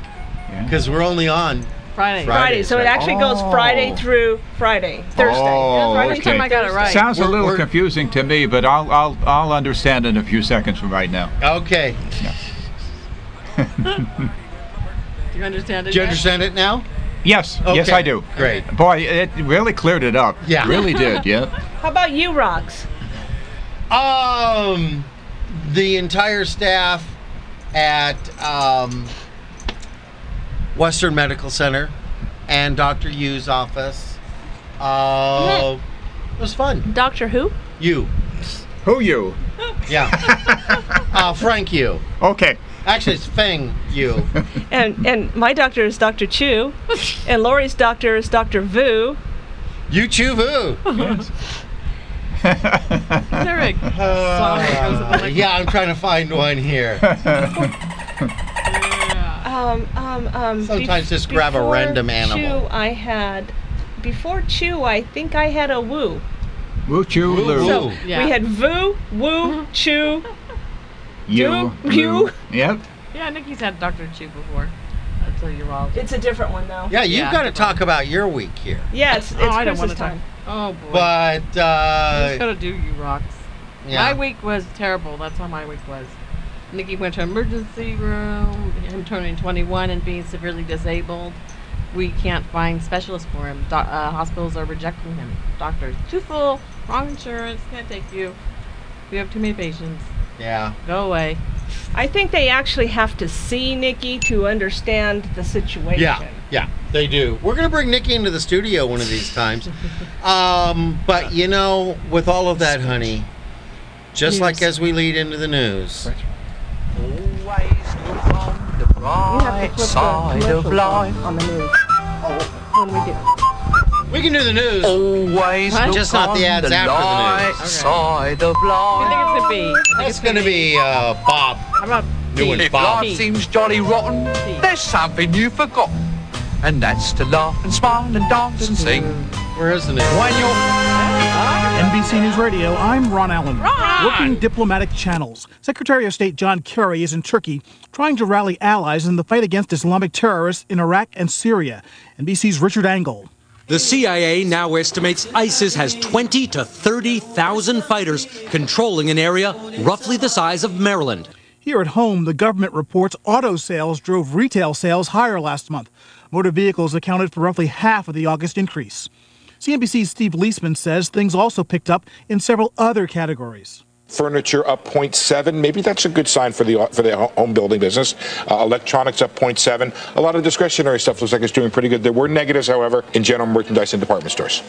Speaker 1: Because we're only on
Speaker 3: Friday.
Speaker 2: Friday. So it actually goes
Speaker 1: Oh.
Speaker 2: Friday through Friday, Thursday.
Speaker 4: Oh,
Speaker 2: Friday
Speaker 4: okay.
Speaker 2: time I got it right.
Speaker 4: Sounds a
Speaker 2: We're-
Speaker 4: little
Speaker 2: we're-
Speaker 4: confusing to me, but I'll I'll I'll understand in a few seconds from right now.
Speaker 1: Okay.
Speaker 3: Do you understand it?
Speaker 1: Do you
Speaker 3: yet?
Speaker 1: understand it now?
Speaker 4: Yes, yes,
Speaker 1: Okay,
Speaker 4: I do.
Speaker 1: great.
Speaker 4: boy, it really cleared it up.
Speaker 1: Yeah.
Speaker 4: really did. Yeah.
Speaker 2: How about you, Rocks?
Speaker 1: Um, the entire staff at um, Western Medical Center and Dr. Yu's office. Uh, it was fun.
Speaker 2: Doctor who?
Speaker 1: You.
Speaker 4: Who you?
Speaker 1: Yeah. uh, Frank you.
Speaker 4: Okay.
Speaker 1: Actually, it's Feng you.
Speaker 2: And and my doctor is Dr. Chu, and Lori's doctor is Dr. Vu.
Speaker 1: You Chu Vu.
Speaker 3: Is there a song that goes with
Speaker 1: Uh, yeah, I'm trying to find one here.
Speaker 2: Um, um, um,
Speaker 1: Sometimes just grab a random animal.
Speaker 2: Chu, I had before Chu. I think I had a Woo.
Speaker 4: Woo choo loo.
Speaker 2: So we had Vu, Woo, Chu.
Speaker 4: you.
Speaker 2: Doo, you.
Speaker 4: loo. Yep.
Speaker 3: Yeah, I think he's had Dr. Chu before. That's a urologist.
Speaker 2: It's a different one though.
Speaker 1: Yeah, you've got to talk about your week here.
Speaker 2: Yeah, it's, it's
Speaker 3: oh, I don't
Speaker 2: Chris's
Speaker 3: wanna talk.
Speaker 2: time.
Speaker 3: Oh boy.
Speaker 1: But
Speaker 3: I just
Speaker 1: uh,
Speaker 3: gotta do you rocks.
Speaker 1: yeah.
Speaker 3: My week was terrible. That's how my week was. Nikki went to emergency room. Him turning 21 and being severely disabled. We can't find specialists for him. Do- uh, hospitals are rejecting him. Doctors too full. Wrong insurance. Can't take you. We have too many patients.
Speaker 1: yeah.
Speaker 3: Go away.
Speaker 2: I think they actually have to see Nikki to understand the situation.
Speaker 1: Yeah, yeah, they do. We're gonna bring Nikki into the studio one of these times. um, but you know, with all of that, honey, just like as we lead into the news,
Speaker 2: Right side of life. On the news. When we do.
Speaker 1: we can do the news. Always,
Speaker 3: look
Speaker 1: just not the ads after the news.
Speaker 10: Side of
Speaker 3: I
Speaker 10: life.
Speaker 3: think it's a B. I think
Speaker 1: It's gonna be uh, Bob
Speaker 3: How about
Speaker 1: doing
Speaker 10: If
Speaker 1: Bob.
Speaker 10: life seems jolly rotten, there's something you've forgotten. And that's to laugh and smile and dance and sing.
Speaker 1: Where is the news?
Speaker 10: When you're
Speaker 11: NBC News Radio, I'm Ron Allen. Working diplomatic channels. Secretary of State John Kerry is in Turkey trying to rally allies in the fight against Islamic terrorists in Iraq and Syria. NBC's Richard Angle.
Speaker 12: The CIA now estimates ISIS has 20 to 30,000 fighters controlling an area roughly the size of Maryland.
Speaker 11: Here at home, the government reports auto sales drove retail sales higher last month. Motor vehicles accounted for roughly half of the August increase. CNBC's Steve Leisman says things also picked up in several other categories.
Speaker 13: Furniture up 0.7. Maybe that's a good sign for the for the ho- home building business. Uh, electronics up 0.7. A lot of discretionary stuff looks like it's doing pretty good. There were negatives, however, in general merchandise and department stores.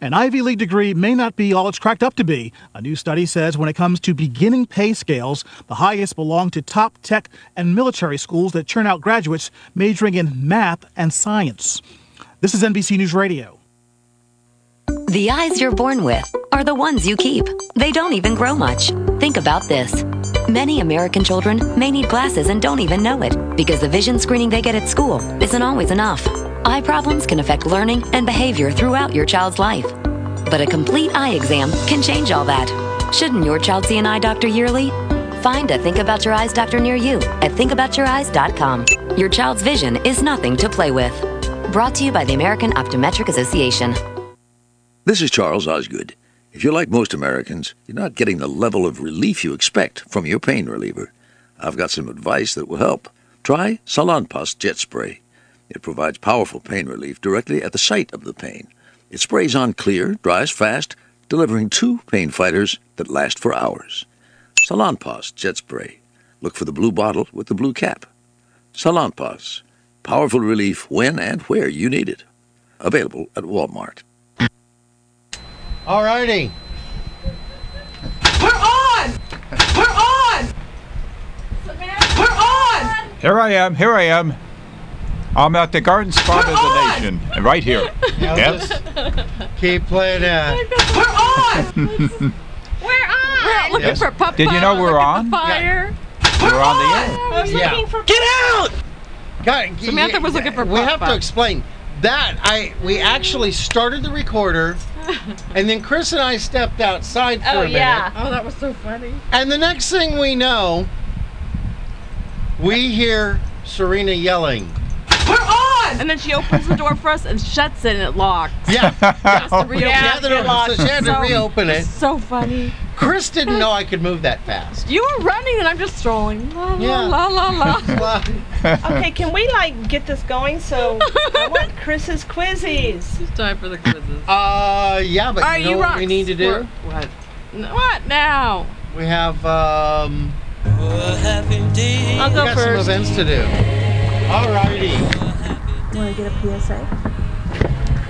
Speaker 11: An Ivy League degree may not be all it's cracked up to be. A new study says when it comes to beginning pay scales, the highest belong to top tech and military schools that churn out graduates majoring in math and science. This is NBC News Radio.
Speaker 14: The eyes you're born with are the ones you keep. They don't even grow much. Think about this. Many American children may need glasses and don't even know it because the vision screening they get at school isn't always enough. Eye problems can affect learning and behavior throughout your child's life. But a complete eye exam can change all that. Shouldn't your child see an eye doctor yearly? Find a Think About Your Eyes doctor near you at thinkaboutyoureyes.com. Your child's vision is nothing to play with. Brought to you by the American Optometric Association.
Speaker 15: This is Charles Osgood. If you're like most Americans, you're not getting the level of relief you expect from your pain reliever. I've got some advice that will help. Try Salanpas Jet Spray. It provides powerful pain relief directly at the site of the pain. It sprays on clear, dries fast, delivering two pain fighters that last for hours. Salanpas Jet Spray. Look for the blue bottle with the blue cap. Salanpas. Powerful relief when and where you need it. Available at Walmart.
Speaker 1: All righty.
Speaker 3: We're on! We're on! We're on!
Speaker 4: Here I am. Here I am. I'm at the garden spot of the nation, right here.
Speaker 1: Now
Speaker 4: Yep.
Speaker 1: Keep playing uh, that.
Speaker 3: We're on! We're out looking
Speaker 4: Yes.
Speaker 3: for Popeye.
Speaker 4: Did you know we're on?
Speaker 3: Fire.
Speaker 4: We're on the air.
Speaker 3: I was
Speaker 1: Yeah.
Speaker 3: looking for
Speaker 1: Get out!
Speaker 3: Samantha was looking for
Speaker 1: We have to
Speaker 3: Popeye.
Speaker 1: explain that I we actually started the recorder, and then Chris and I stepped outside for
Speaker 3: Oh,
Speaker 1: a minute.
Speaker 3: yeah. Oh, that was so funny.
Speaker 1: And the next thing we know, we hear Serena yelling.
Speaker 3: We're on! And then she opens the door for us and shuts it and it locks.
Speaker 1: Yeah.
Speaker 3: reopen it.
Speaker 1: she had to,
Speaker 3: Locked.
Speaker 1: so she had to
Speaker 3: So-
Speaker 1: reopen it.
Speaker 3: So funny.
Speaker 1: Chris didn't know I could move that fast.
Speaker 3: You were running and I'm just strolling. La la
Speaker 1: Yeah.
Speaker 3: la la la.
Speaker 1: Uh,
Speaker 2: Okay, can we like get this going? So I want Chris's quizzies.
Speaker 3: It's time for the quizzes.
Speaker 1: Uh, yeah, but
Speaker 3: Alright,
Speaker 1: you know
Speaker 3: you
Speaker 1: what
Speaker 3: rocks.
Speaker 1: we need to do?
Speaker 3: We're- what? N- What now?
Speaker 1: We have um.
Speaker 3: I'll go
Speaker 1: we got
Speaker 3: first.
Speaker 1: some events to do. Alrighty.
Speaker 2: Want to get a PSA?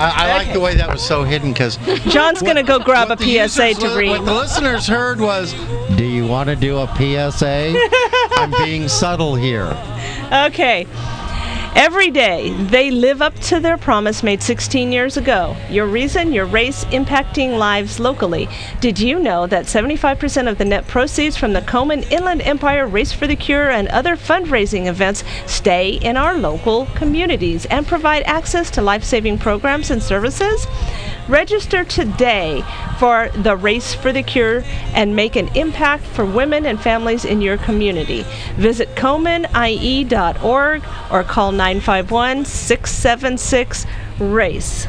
Speaker 1: I, I like the way that was so hidden because
Speaker 2: John's gonna go grab a PSA to
Speaker 1: What the
Speaker 2: read.
Speaker 1: listeners heard was, "Do you want to do a PSA?" I'm being subtle here.
Speaker 2: Okay. Every day, they live up to their promise made 16 years ago. Your reason, your race, impacting lives locally. Did you know that 75% of the net proceeds from the Komen Inland Empire Race for the Cure and other fundraising events stay in our local communities and provide access to life saving programs and services? Register today for the Race for the Cure and make an impact for women and families in your community. Visit comanie.org or call 951 676 RACE.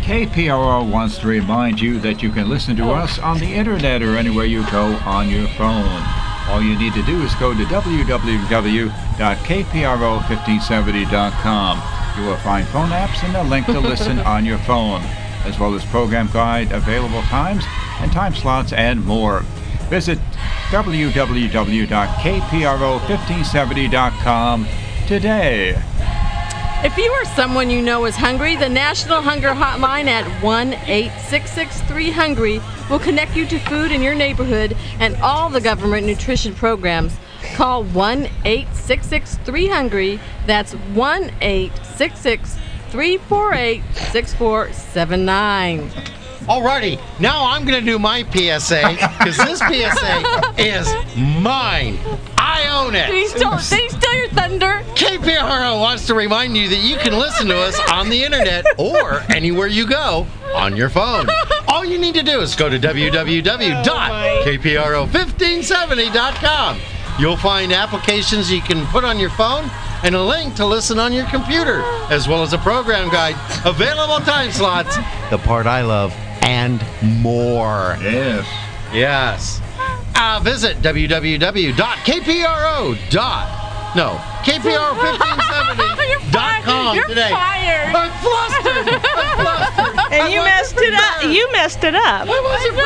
Speaker 4: KPRO wants to remind you that you can listen to us on the internet or anywhere you go on your phone. All you need to do is go to www.kpro1570.com. You will find phone apps and a link to listen on your phone, as well as program guide, available times and time slots, and more. Visit www.kpro1570.com today.
Speaker 3: If you or someone you know is hungry, the National Hunger Hotline at 1 8663 Hungry will connect you to food in your neighborhood and all the government nutrition programs. Call 1 8663 Hungry. That's 1 348 6479.
Speaker 1: Alrighty, now I'm gonna do my PSA because this PSA is mine. I own it.
Speaker 3: Did he steal, did he steal your thunder?
Speaker 1: KPRO wants to remind you that you can listen to us on the internet or anywhere you go on your phone. All you need to do is go to www.kpro1570.com. You'll find applications you can put on your phone and a link to listen on your computer, as well as a program guide, available time slots, the part I love, and more.
Speaker 4: Yes.
Speaker 1: Yes. Uh, visit www.kpro. No, kpro1570.com
Speaker 2: You're
Speaker 1: today.
Speaker 2: fired.
Speaker 1: I'm flustered. I'm flustered.
Speaker 2: And you messed it up. You messed it up.
Speaker 1: I wasn't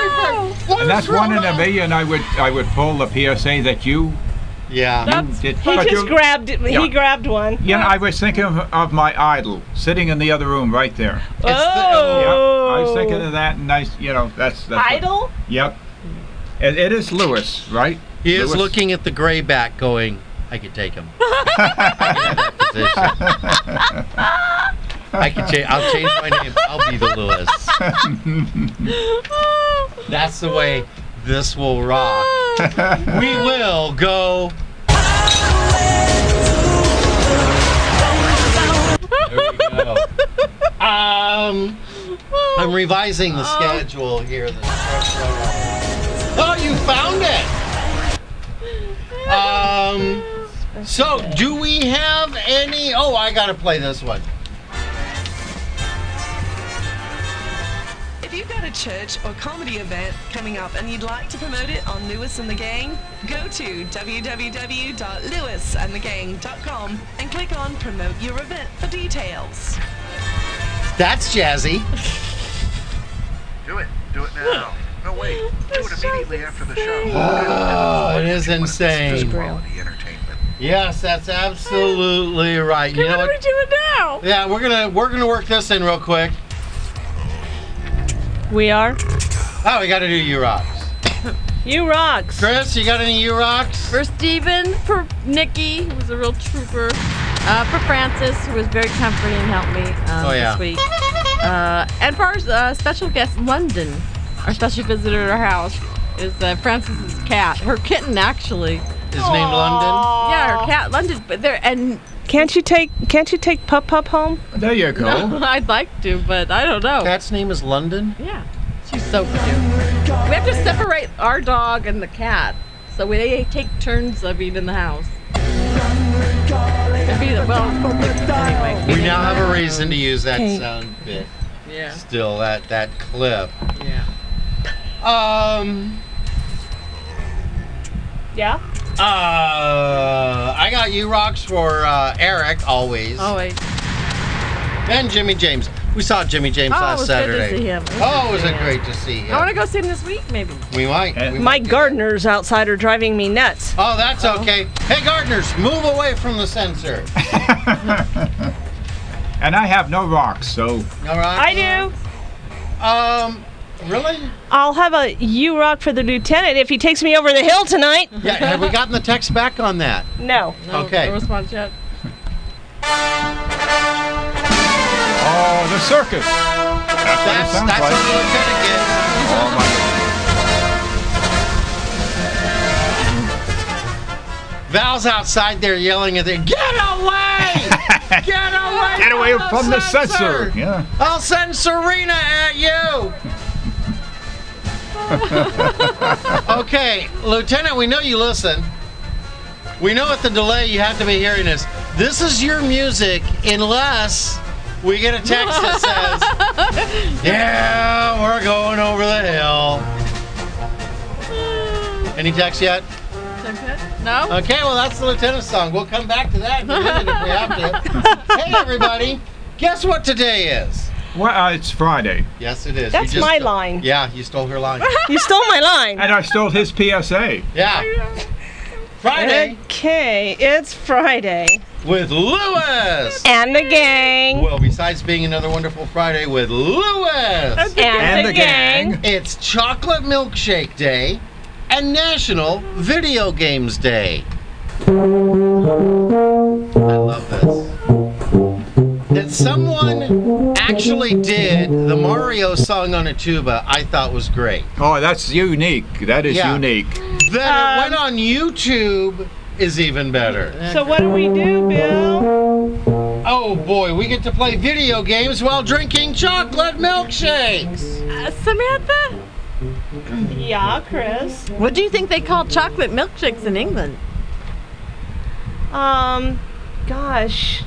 Speaker 1: prepared. What
Speaker 4: And
Speaker 1: was
Speaker 4: that's
Speaker 1: wrong?
Speaker 4: one in a million. I would I would pull the PSA that you
Speaker 1: Yeah.
Speaker 2: That's,
Speaker 4: did-
Speaker 2: he
Speaker 4: but
Speaker 2: just
Speaker 4: you-
Speaker 2: grabbed. He
Speaker 4: Yeah.
Speaker 2: grabbed one.
Speaker 4: You know, I was thinking of, of my idol sitting in the other room right there.
Speaker 2: oh.
Speaker 4: I was thinking of that, and I, s- you know, that's. that's what-
Speaker 2: Idol.
Speaker 4: yep. It, it is Lewis, right?
Speaker 1: He is
Speaker 4: Lewis.
Speaker 1: looking at the gray back going, I could take him. I could have that position. I can change. I'll change my name. I'll be the Lewis. That's the way this will rock. We will go. There we go. Um, I'm revising the schedule here. The oh, you found it. Um, so do we have any? Oh, I gotta play this one.
Speaker 7: If you've got a church or comedy event coming up and you'd like to promote it on Lewis and the Gang, go to www.lewisandthegang.com and click on Promote Your Event for details.
Speaker 1: That's jazzy.
Speaker 9: Do it. Do it now. No, wait. Do it immediately after the show.
Speaker 1: Oh, it is insane. Yes, that's absolutely right. You know
Speaker 2: What are we
Speaker 1: what?
Speaker 2: doing now?
Speaker 1: Yeah, we're gonna we're gonna work this in real quick.
Speaker 2: We are.
Speaker 1: Oh, we gotta do U Rocks.
Speaker 2: You rocks.
Speaker 1: Chris, you got any U Rocks?
Speaker 3: For Steven, for Nikki, who was a real trooper, uh, for Francis, who was very comforting and helped me um,
Speaker 1: Oh, yeah.
Speaker 3: this week, uh, and for our uh, special guest, London, our special visitor at our house, is uh, Francis's cat, her kitten actually.
Speaker 1: Is named London.
Speaker 3: Yeah, her cat, London, but there and.
Speaker 2: Can't you take Can't you take Pup Pup home?
Speaker 4: There you go.
Speaker 3: No, I'd like to, but I don't know.
Speaker 1: Cat's name is London.
Speaker 3: Yeah, she's so cute. We have to separate our dog and the cat, so we they take turns of being in the house. It'd be the- well, anyway,
Speaker 1: We now have a reason to use that
Speaker 3: Okay.
Speaker 1: sound bit.
Speaker 3: Yeah.
Speaker 1: Still that that clip.
Speaker 3: Yeah.
Speaker 1: Um.
Speaker 2: Yeah.
Speaker 1: Uh, I got U Rocks for uh, Eric always.
Speaker 3: Always.
Speaker 1: And Jimmy James. We saw Jimmy James
Speaker 3: Oh, it
Speaker 1: last
Speaker 3: was good to
Speaker 1: Saturday.
Speaker 3: see him. It was good
Speaker 1: Oh,
Speaker 3: to
Speaker 1: was
Speaker 3: see
Speaker 1: it
Speaker 3: him.
Speaker 1: great to see him?
Speaker 3: I want to go see him this week, maybe.
Speaker 1: We might. we
Speaker 2: My gardeners outside are driving me nuts.
Speaker 1: Oh, that's okay. Hey, gardeners, move away from the sensor.
Speaker 4: And I have no rocks, so.
Speaker 1: All right.
Speaker 2: I do.
Speaker 1: Um, really?
Speaker 2: I'll have a U rock for the lieutenant if he takes me over the hill tonight.
Speaker 1: Yeah. Have we gotten the text back on that?
Speaker 2: No.
Speaker 1: okay.
Speaker 3: No response yet.
Speaker 4: Oh, the circus. That's, what it
Speaker 1: That's,
Speaker 4: sounds
Speaker 1: that's what
Speaker 4: like.
Speaker 1: the lieutenant gets. Val's outside there yelling at the get away, get away,
Speaker 4: Get away from the sensor. Yeah.
Speaker 1: I'll send Serena at you. okay, Lieutenant, we know you listen. We know at the delay you have to be hearing this. This is your music unless we get a text that says, Yeah, we're going over the hill. Any text yet?
Speaker 3: No?
Speaker 1: Okay, well, that's the Lieutenant's song. We'll come back to that in a minute if we have to. hey, everybody, guess what today is?
Speaker 4: Well, uh, it's Friday.
Speaker 1: Yes, it is. You
Speaker 2: That's
Speaker 1: just
Speaker 2: my
Speaker 1: sto-
Speaker 2: line.
Speaker 1: Yeah, you stole her line.
Speaker 2: You stole my line.
Speaker 4: And I stole his PSA.
Speaker 1: Yeah. Friday
Speaker 2: Okay, it's Friday.
Speaker 1: with Lewis.
Speaker 2: And the gang.
Speaker 1: Well, besides being another wonderful Friday with Lewis,
Speaker 2: And the gang.
Speaker 1: it's Chocolate Milkshake Day and National Video Games Day. I love this. That someone actually did the Mario song on a tuba, I thought was great.
Speaker 4: Oh, that's unique. That is
Speaker 1: Yeah.
Speaker 4: unique.
Speaker 2: Um,
Speaker 1: That it went on YouTube is even better.
Speaker 2: So what do we do, Bill?
Speaker 1: Oh boy, we get to play video games while drinking chocolate milkshakes.
Speaker 3: Uh, Samantha,
Speaker 2: Yeah, Chris.
Speaker 3: what do you think they call chocolate milkshakes in England?
Speaker 2: Um, gosh,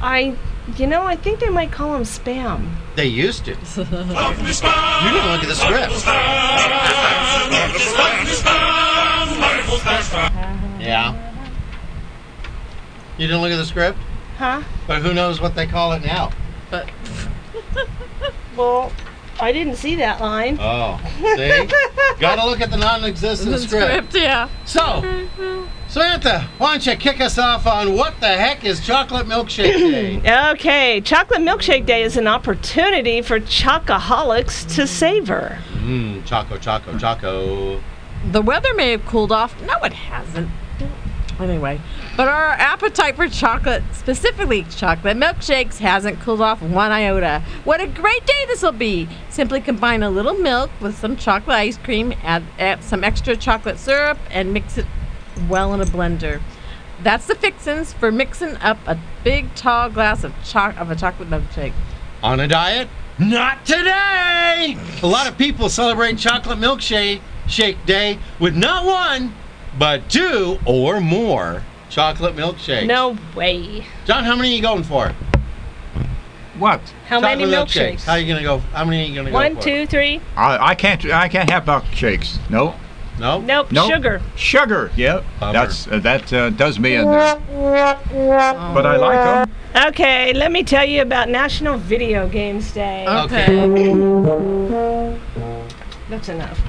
Speaker 2: I, you know, I think they might call him spam.
Speaker 1: They used to. you didn't look at the script. Yeah. You didn't look at the script?
Speaker 2: Huh?
Speaker 1: But who knows what they call it now?
Speaker 3: But
Speaker 2: Well, I didn't see that line.
Speaker 1: Oh, see? Gotta look at the non existent script.
Speaker 3: yeah.
Speaker 1: So, Samantha, why don't you kick us off on what the heck is chocolate milkshake day?
Speaker 2: okay, Chocolate Milkshake Day is an opportunity for chocoholics to savor.
Speaker 1: Mmm, choco, choco, choco.
Speaker 3: The weather may have cooled off. No, it hasn't. Anyway, but our appetite for chocolate, specifically chocolate milkshakes, hasn't cooled off one iota. What a great day this will be! Simply combine a little milk with some chocolate ice cream, add, add some extra chocolate syrup, and mix it well in a blender. That's the fixins for mixing up a big tall glass of choc of a chocolate milkshake.
Speaker 1: On a diet? Not today! A lot of people celebrate chocolate milkshake shake day with not one, but two or more chocolate milkshakes.
Speaker 2: No way.
Speaker 1: John, how many are you going for?
Speaker 4: What?
Speaker 2: How many
Speaker 1: Chocolate
Speaker 2: milkshakes?
Speaker 1: How are you gonna go? How many are you gonna
Speaker 2: One,
Speaker 1: go for?
Speaker 2: two, three.
Speaker 4: I, I can't. I can't have milkshakes. No.
Speaker 1: No.
Speaker 2: Nope. Sugar.
Speaker 4: Sugar. Yep. That's uh, that uh, does me in there. But I like 'em.
Speaker 2: Okay, let me tell you about National Video Games Day.
Speaker 1: Oh. Okay.
Speaker 2: That's enough.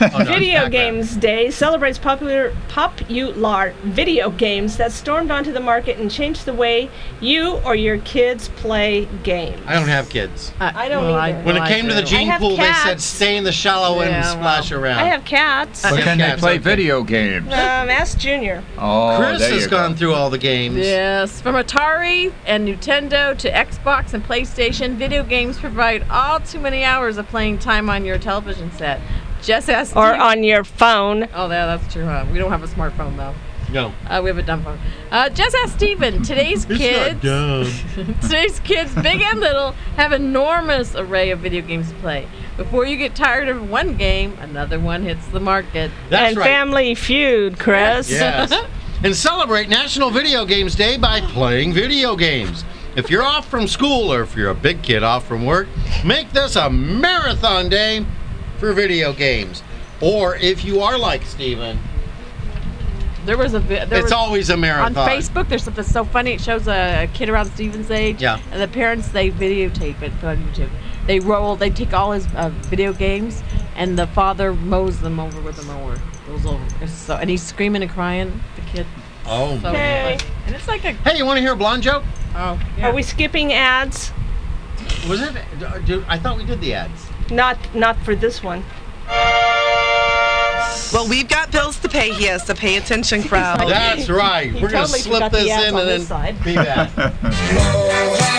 Speaker 1: Oh, no,
Speaker 2: video
Speaker 1: it's
Speaker 2: Games Day celebrates popular popular video games that stormed onto the market and changed the way you or your kids play games.
Speaker 1: I don't have kids.
Speaker 3: Uh,
Speaker 2: I don't
Speaker 1: well,
Speaker 2: either.
Speaker 1: When it came to the
Speaker 2: I
Speaker 1: gene
Speaker 2: have
Speaker 1: pool, they said
Speaker 2: cats.
Speaker 1: stay in the shallow end and
Speaker 2: Yeah,
Speaker 1: splash around.
Speaker 2: I have cats.
Speaker 4: But can they
Speaker 1: Cats,
Speaker 4: play
Speaker 1: okay.
Speaker 4: video games?
Speaker 2: Um, ask Junior.
Speaker 4: Oh,
Speaker 1: Chris
Speaker 4: there
Speaker 1: has
Speaker 4: you go.
Speaker 1: gone through all the games.
Speaker 3: Yes, from Atari and Nintendo to Xbox and PlayStation, video games provide all too many hours of playing time on your television set. Just ask
Speaker 2: Or
Speaker 3: Steve-
Speaker 2: on your phone.
Speaker 3: Oh, yeah, that's true. Huh? We don't have a smartphone though.
Speaker 1: No.
Speaker 3: Uh, we have a dumb phone. Uh, just ask Steven. Today's kids, today's kids, big and little, have enormous array of video games to play. Before you get tired of one game, another one hits the market.
Speaker 2: and Family Feud, Chris.
Speaker 1: Yes. and celebrate National Video Games Day by playing video games. If you're off from school or if you're a big kid off from work, make this a marathon day for video games. Or if you are like Steven,
Speaker 3: There was a. vi- There
Speaker 1: It's
Speaker 3: was,
Speaker 1: always a marathon.
Speaker 3: On Facebook, there's something so funny. It shows a, a kid around Steven's age.
Speaker 1: Yeah.
Speaker 3: And the parents they videotape it put on YouTube. They roll. They take all his uh, video games, and the father mows them over with a mower. Rolls over. It's so and he's screaming and crying. The kid.
Speaker 1: oh,
Speaker 3: So
Speaker 2: Hey.
Speaker 3: And it's like a.
Speaker 1: Hey, you want to hear a blonde joke?
Speaker 3: Oh. Yeah.
Speaker 2: Are we skipping ads?
Speaker 1: Was it? do- I thought we did the ads.
Speaker 2: Not not for this one.
Speaker 7: Well, we've got bills to pay here, so pay attention,
Speaker 3: Oh,
Speaker 7: crowd.
Speaker 1: That's right. We're gonna slip this in and then be back.
Speaker 8: E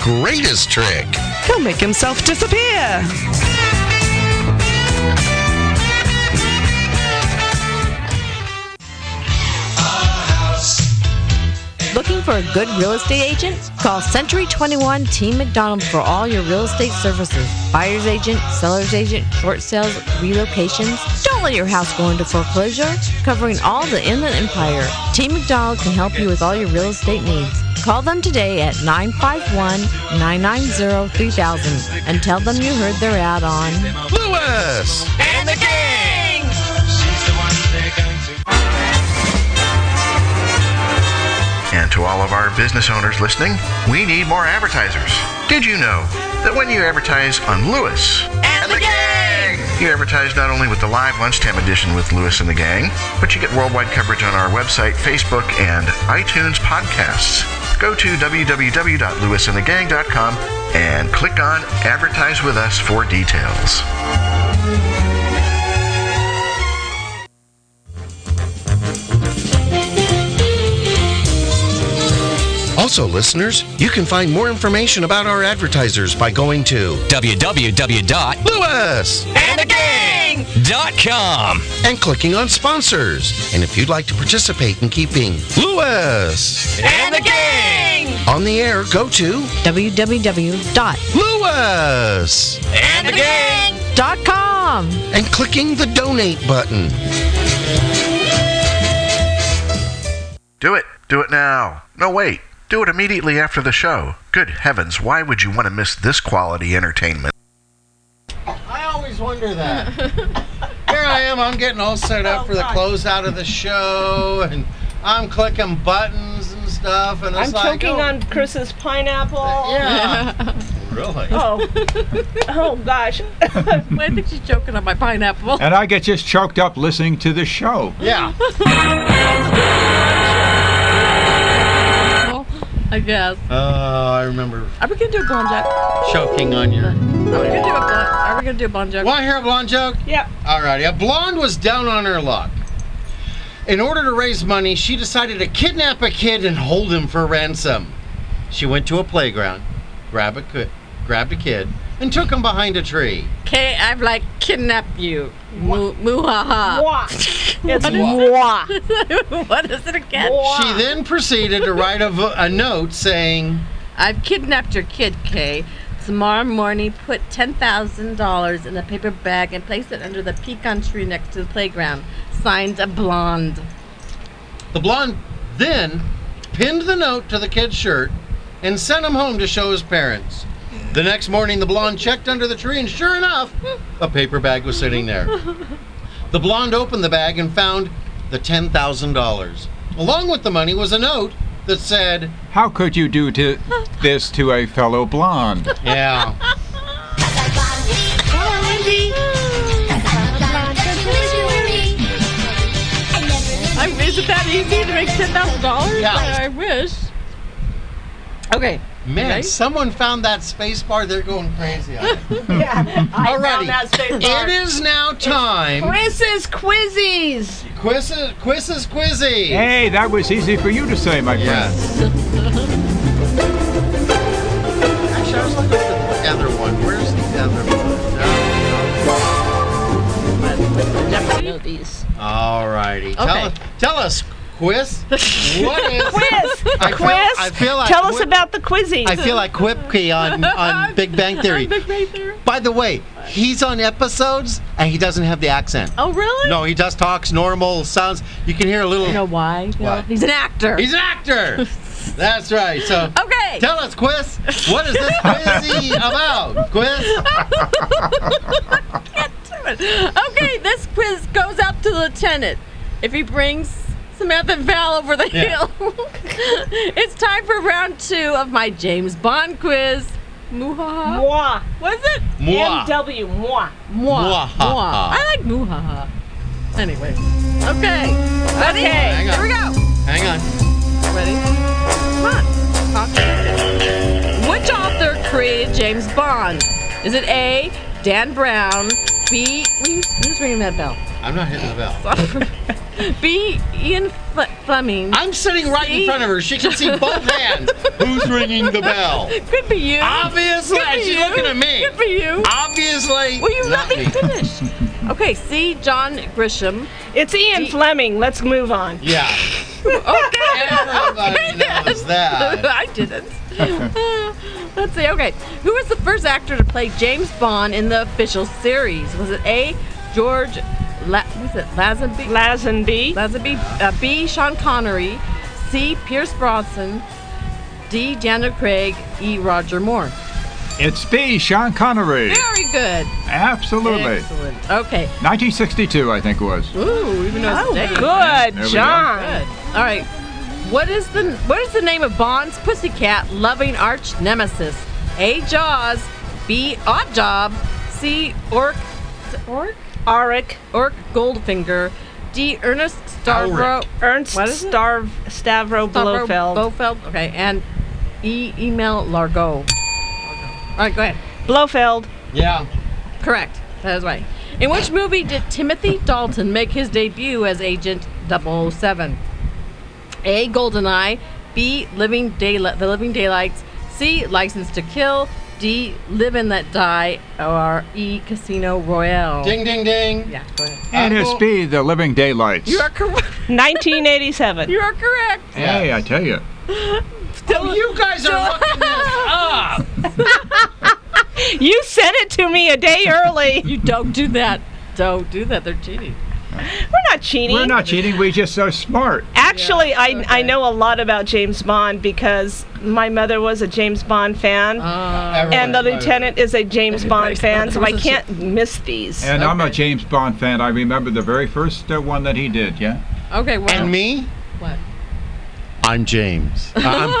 Speaker 8: greatest trick.
Speaker 7: He'll make himself disappear.
Speaker 16: Looking for a good real estate agent? Call Century 21 Team McDonald for all your real estate services buyer's agent, seller's agent, short sales, relocations. Don't let your house go into foreclosure. Covering all the Inland Empire, Team McDonald can help you with all your real estate needs. Call them today at 951 990 3000 and tell them you heard their ad on.
Speaker 8: Lewis!
Speaker 17: And the gang!
Speaker 9: And to all of our business owners listening, we need more advertisers. Did you know that when you advertise on Lewis and the Gang, you advertise not only with the live lunchtime edition with Lewis and the Gang, but you get worldwide coverage on our website, Facebook, and iTunes podcasts. Go to www.lewisandthegang.com and click on Advertise with Us for details.
Speaker 8: Also, listeners, you can find more information about our advertisers by going to
Speaker 17: www.lewisandthegang.com.
Speaker 8: and clicking on sponsors. And if you'd like to participate in keeping Lewis
Speaker 17: And the gang!
Speaker 8: On the air, go to www.lewis and the gang.com and clicking the donate button.
Speaker 9: Do it. Do it now. No, wait. Do it immediately after the show. Good heavens, why would you want to miss this quality entertainment?
Speaker 1: I always wonder that. Here I am, I'm getting all set
Speaker 2: Oh,
Speaker 1: up for the closeout of the show, and I'm clicking buttons and stuff, and it's
Speaker 2: I'm
Speaker 1: like,
Speaker 2: choking
Speaker 1: oh,
Speaker 2: on Chris's pineapple.
Speaker 1: Yeah. really?
Speaker 2: oh. oh gosh.
Speaker 3: I think she's choking on my pineapple.
Speaker 4: And I get just choked up listening to the show.
Speaker 1: Yeah.
Speaker 3: I guess.
Speaker 1: Oh, I remember
Speaker 3: Are we gonna do a blonde joke? Are
Speaker 1: choking on your.
Speaker 3: we gonna do a blonde? Are we gonna do a blonde joke?
Speaker 1: Want to hear a blonde joke?
Speaker 2: Yep.
Speaker 1: Alrighty. A blonde was down on her luck. In order to raise money, she decided to kidnap a kid and hold him for ransom. She went to a playground, grabbed a, ki- grabbed a kid, and took him behind a tree.
Speaker 3: Okay, I've like kidnapped you. Moo moo ha
Speaker 1: Uh,
Speaker 3: ha.
Speaker 2: Wah. It's
Speaker 3: What is
Speaker 2: wah.
Speaker 3: it? what is it again?
Speaker 1: She then proceeded to write a, vo- a note saying,
Speaker 3: I've kidnapped your kid, Kay. Tomorrow morning, put $10,000 in a paper bag and place it under the pecan tree next to the playground. Signed a blonde.
Speaker 1: The blonde then pinned the note to the kid's shirt and sent him home to show his parents. The next morning, the blonde checked under the tree, and sure enough, a paper bag was sitting there. The blonde opened the bag and found the $10,000. Along with the money was a note that said,
Speaker 4: How could you do to this to a fellow blonde?
Speaker 1: Yeah.
Speaker 3: I mean, is it that easy to make $10,000?
Speaker 1: Yeah.
Speaker 3: I wish. Okay.
Speaker 1: Man,
Speaker 3: Right?
Speaker 1: someone found that space bar. They're going crazy. on it. Alrighty.
Speaker 2: that space bar.
Speaker 1: It is now time.
Speaker 2: Chris's quizzies.
Speaker 1: Quizzes, quizzes, quizzy.
Speaker 4: Hey, that was easy for you to say, my friend.
Speaker 1: Actually, I was looking for the other one. Where's the other one?
Speaker 3: Know these.
Speaker 1: All righty. Tell,
Speaker 2: Okay.
Speaker 1: tell us, Quiz. What is
Speaker 2: Quiz.
Speaker 1: I feel-
Speaker 2: quiz.
Speaker 1: I feel like
Speaker 2: Tell us
Speaker 1: what-
Speaker 2: about the quizzies.
Speaker 1: I feel like Quipke on, on Big Bang Theory.
Speaker 3: Big Bang Theory.
Speaker 1: By the way, he's on episodes and he doesn't have the accent.
Speaker 3: Oh, really?
Speaker 1: No, he just talks normal sounds. You can hear a little.
Speaker 3: You know why? No.
Speaker 1: Why?
Speaker 3: He's an actor.
Speaker 1: He's an actor. That's right. So
Speaker 3: Okay.
Speaker 1: tell us, Quiz, what is this quizzy about, Quiz?
Speaker 3: okay, this quiz goes out to the lieutenant. If he brings Samantha Val over the
Speaker 1: Yeah.
Speaker 3: hill, it's time for round two of my James Bond quiz. Muhaha.
Speaker 2: Moi.
Speaker 3: Was it?
Speaker 1: Moi.
Speaker 3: uh,
Speaker 2: MW. Moi.
Speaker 3: Moi.
Speaker 1: Muahaha.
Speaker 3: Moi. I like muhaha. Anyway. Okay. Ready?
Speaker 2: Okay.
Speaker 1: Hang on.
Speaker 3: Here we go.
Speaker 1: Hang on.
Speaker 3: Ready? Come on. Talk to me. Which author created James Bond? Is it A, Dan Brown, B, who's, who's ringing that bell?
Speaker 1: I'm not hitting the bell.
Speaker 3: B, Ian Fle- Fleming.
Speaker 1: I'm sitting right in
Speaker 3: See?
Speaker 1: front of her. She can see both hands. Who's ringing the bell?
Speaker 3: Could be you.
Speaker 1: Obviously,
Speaker 3: Could be
Speaker 1: she's
Speaker 3: you.
Speaker 1: looking at me.
Speaker 3: Could be you.
Speaker 1: Obviously.
Speaker 3: Well, you
Speaker 1: not
Speaker 3: let me
Speaker 1: me.
Speaker 3: finish. Okay, C, John Grisham.
Speaker 2: It's Ian Fleming. Let's move on.
Speaker 1: Yeah.
Speaker 3: Okay.
Speaker 1: Everybody knows that.
Speaker 3: I didn't. Uh, Let's see. Okay, who was the first actor to play James Bond in the official series? Was it A. George, La- was it Lazenby?
Speaker 2: Lazenby.
Speaker 3: Lazenby. Uh, B. Sean Connery. C. Pierce Bronson. D. Daniel Craig. E. Roger Moore.
Speaker 4: It's B. Sean Connery.
Speaker 3: Very good.
Speaker 4: Absolutely.
Speaker 3: Excellent. Okay.
Speaker 4: 1962, I think it was.
Speaker 3: Ooh, even though
Speaker 2: Oh,
Speaker 3: it's Dave.
Speaker 4: There
Speaker 2: good,
Speaker 4: we go.
Speaker 2: John.
Speaker 3: Good. All right. What is the What is the name of Bond's pussycat loving arch nemesis? A. Jaws. B. Odd Job. C. Orc. Orc.
Speaker 2: Auric.
Speaker 3: Orc Goldfinger. D. Ernest Stavro.
Speaker 2: Ernst
Speaker 3: What is it?
Speaker 2: Starv, Stavro
Speaker 3: Stavro
Speaker 2: Blofeld.
Speaker 3: Blofeld. Okay. And E. Email Largo. All right. Go ahead.
Speaker 2: Blofeld.
Speaker 1: Yeah.
Speaker 3: Correct. That is right. In which movie did Timothy Dalton make his debut as Agent 007? A. Goldeneye. B. Living Dayli- The Living Daylights. C. License to Kill. D. Live and Let Die. Or E. Casino Royale.
Speaker 1: Ding, ding, ding.
Speaker 3: Yeah, go ahead.
Speaker 4: And it's
Speaker 1: Apple.
Speaker 4: B. The Living Daylights.
Speaker 3: You are correct.
Speaker 2: 1987.
Speaker 3: You are correct.
Speaker 4: Hey, I tell you.
Speaker 1: Oh, you guys are looking this up.
Speaker 2: you sent it to me a day early.
Speaker 3: you don't do that. Don't do that. They're cheating.
Speaker 2: We're not cheating.
Speaker 4: We're not cheating. We just are smart.
Speaker 2: Actually, I, I know a lot about James Bond because my mother was a James Bond fan,
Speaker 3: Oh,
Speaker 1: Uh,
Speaker 2: and the
Speaker 4: Everybody's
Speaker 2: lieutenant is a James Bond fan, so I can't miss these.
Speaker 4: And I'm a James Bond fan. I remember the very first uh, one that he did. Yeah.
Speaker 3: Okay. Well,
Speaker 4: And
Speaker 1: me?
Speaker 3: What?
Speaker 8: I'm James. Uh, I'm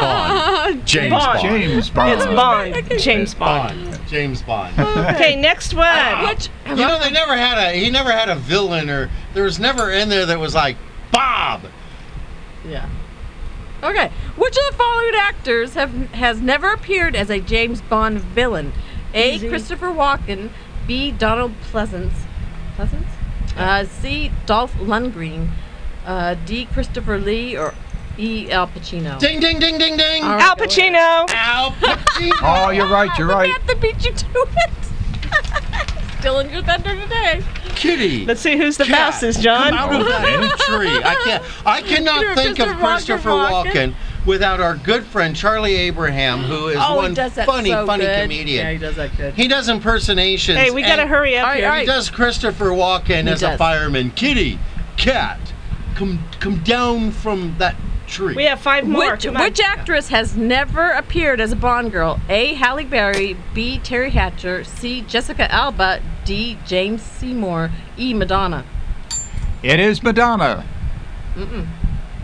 Speaker 8: Bond. James Bond.
Speaker 4: James Bond.
Speaker 2: It's Bond. James Bond.
Speaker 1: James Bond.
Speaker 2: Okay, next one.
Speaker 3: Oh,
Speaker 1: You know, they never had a he never had a villain or there was never in there that was like Bob.
Speaker 3: Yeah. Okay. Which of the following actors have has never appeared as a James Bond villain? A.
Speaker 2: Easy.
Speaker 3: Christopher Walken. B. Donald Pleasance. Pleasance. Uh, C. Dolph Lundgren. Uh, D. Christopher Lee or E. Al Pacino.
Speaker 1: Ding ding ding ding ding.
Speaker 3: All right,
Speaker 2: Al
Speaker 3: go ahead.
Speaker 2: Pacino.
Speaker 1: Al Pacino.
Speaker 4: Oh, you're right. You're right.
Speaker 3: I beat you to it. Still in your thunder today.
Speaker 1: Kitty.
Speaker 2: Let's see who's the
Speaker 1: Cat,
Speaker 2: fastest, John.
Speaker 1: Come out of that tree. I can't. I
Speaker 2: You're
Speaker 1: cannot think of
Speaker 2: Christopher
Speaker 1: Christopher
Speaker 2: Walken.
Speaker 1: Walken without our good friend Charlie Abraham, who is
Speaker 3: Oh,
Speaker 1: one
Speaker 3: he does that
Speaker 1: funny,
Speaker 3: so
Speaker 1: funny
Speaker 3: good.
Speaker 1: comedian.
Speaker 3: Yeah, he does that good.
Speaker 1: He does impersonations.
Speaker 2: Hey, we gotta
Speaker 1: and
Speaker 2: hurry up All right, here. all
Speaker 1: He
Speaker 2: right.
Speaker 1: does Christopher Walken
Speaker 2: He
Speaker 1: as
Speaker 2: does.
Speaker 1: a fireman. Kitty, cat, come come down from that tree.
Speaker 2: We have five more.
Speaker 3: Which,
Speaker 2: Come on.
Speaker 3: which actress has never appeared as a Bond girl? A. Halle Berry. B. Terry Hatcher. C. Jessica Alba. D. James Seymour. E. Madonna.
Speaker 4: It is Madonna.
Speaker 3: Mm-mm.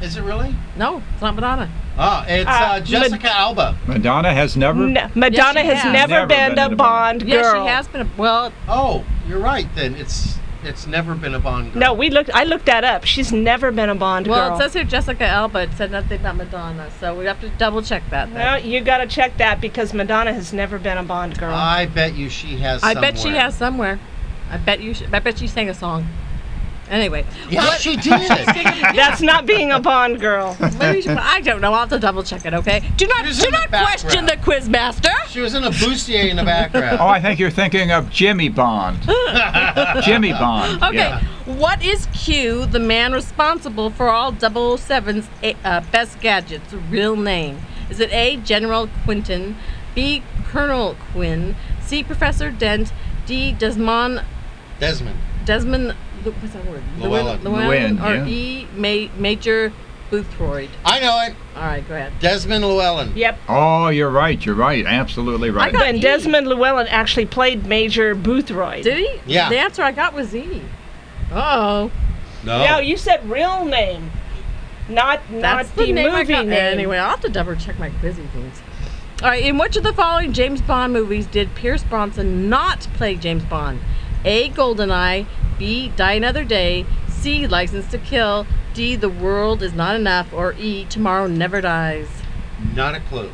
Speaker 1: Is it really?
Speaker 3: No, it's not Madonna.
Speaker 1: Ah, it's uh,
Speaker 3: Uh,
Speaker 1: Jessica
Speaker 3: Mad-
Speaker 1: Alba.
Speaker 4: Madonna has never.
Speaker 2: No, Madonna
Speaker 3: Yes, she
Speaker 2: has
Speaker 3: has.
Speaker 2: never,
Speaker 4: Never
Speaker 2: been,
Speaker 4: been
Speaker 2: a
Speaker 4: in
Speaker 2: Bond
Speaker 4: a Bond.
Speaker 2: girl.
Speaker 3: Yes, she has been. A, well,
Speaker 1: Oh, you're right. Then it's it's never been a Bond girl.
Speaker 2: No, we looked. I looked that up. She's never been a Bond
Speaker 3: well,
Speaker 2: girl.
Speaker 3: it says here Jessica Alba. It said nothing about Madonna, so we have to double check that. then.
Speaker 2: well, you gotta check that because Madonna has never been a Bond girl.
Speaker 3: Ah.
Speaker 1: I bet you she has.
Speaker 3: I bet she
Speaker 1: somewhere.
Speaker 3: has somewhere. I bet you. Sh- I bet she sang a song. Anyway,
Speaker 1: Yeah,
Speaker 3: what-
Speaker 1: she did.
Speaker 2: That's not being a Bond girl.
Speaker 3: Maybe she- I don't know. I'll have to double check it. Okay. Do not.
Speaker 1: She's
Speaker 3: Do
Speaker 1: in the
Speaker 3: not question the quiz master.
Speaker 1: She was in a bustier in the background.
Speaker 4: Oh, I think you're thinking of Jimmy Bond. Jimmy Bond.
Speaker 3: Okay.
Speaker 4: yeah.
Speaker 3: What is Q, the man responsible for all 007's a- uh, best gadgets, real name? Is it A, General Quinton, B, Colonel Quinn, C, Professor Dent, D, Desmond,
Speaker 1: Desmond.
Speaker 3: Desmond, Lu- what's that word?
Speaker 1: Llewellyn.
Speaker 3: Llewellyn,
Speaker 4: Llewellyn,
Speaker 3: or
Speaker 4: yeah.
Speaker 3: E, Ma- Major Boothroyd.
Speaker 1: I know it.
Speaker 3: All right, go ahead.
Speaker 1: Desmond Llewellyn.
Speaker 2: Yep.
Speaker 4: Oh, you're right. You're right. Absolutely right.
Speaker 3: got
Speaker 2: And
Speaker 3: E.
Speaker 2: Desmond Llewellyn actually played Major Boothroyd.
Speaker 3: Did he?
Speaker 4: Yeah.
Speaker 3: The answer I got was E. Oh,
Speaker 2: No, you said real name, not
Speaker 3: that's
Speaker 2: not
Speaker 3: the,
Speaker 2: the,
Speaker 3: name I
Speaker 2: movie
Speaker 3: got.
Speaker 2: name.
Speaker 3: Anyway, I'll have to double check my quizzy things. All right, in which of the following James Bond movies did Pierce Bronson not play James Bond? A. Goldeneye, B. Die Another Day, C. License to Kill, D. The World Is Not Enough, or E. Tomorrow Never Dies.
Speaker 1: Not a clue.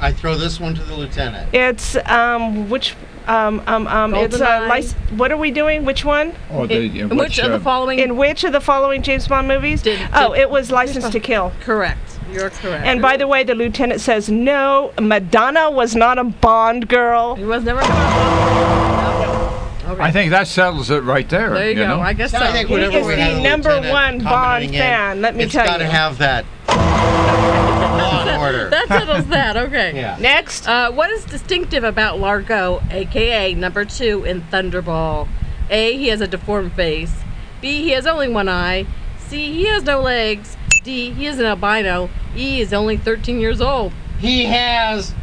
Speaker 1: I throw this one to the lieutenant.
Speaker 2: It's um which um um um it's uh,
Speaker 3: GoldenEye.
Speaker 2: lic- what are we doing? Which one?
Speaker 4: Oh, the,
Speaker 3: In- in which of the
Speaker 4: uh,
Speaker 3: following?
Speaker 2: In which of the following James Bond movies? oh, it was License to Kill.
Speaker 3: correct. You're correct.
Speaker 2: And by the way, the lieutenant says no. Madonna was not a Bond girl.
Speaker 3: He was never. Okay.
Speaker 4: I think that settles it right there.
Speaker 3: There you go.
Speaker 4: know?
Speaker 3: I guess
Speaker 1: So
Speaker 3: so.
Speaker 1: I think
Speaker 2: He
Speaker 1: whenever
Speaker 2: is
Speaker 1: we
Speaker 2: the
Speaker 1: have a
Speaker 2: number
Speaker 1: lieutenant
Speaker 2: one Bond
Speaker 1: commenting in,
Speaker 2: fan, let me tell
Speaker 1: It's got to
Speaker 2: you.
Speaker 1: have that law and order.
Speaker 3: that settles that. Okay.
Speaker 1: yeah.
Speaker 2: Next,
Speaker 3: Uh, what is distinctive about Largo, aka number two in Thunderball? A. He has a deformed face. B. He has only one eye. C. He has no legs. D. He is an albino. E. Is only 13 years old.
Speaker 1: He has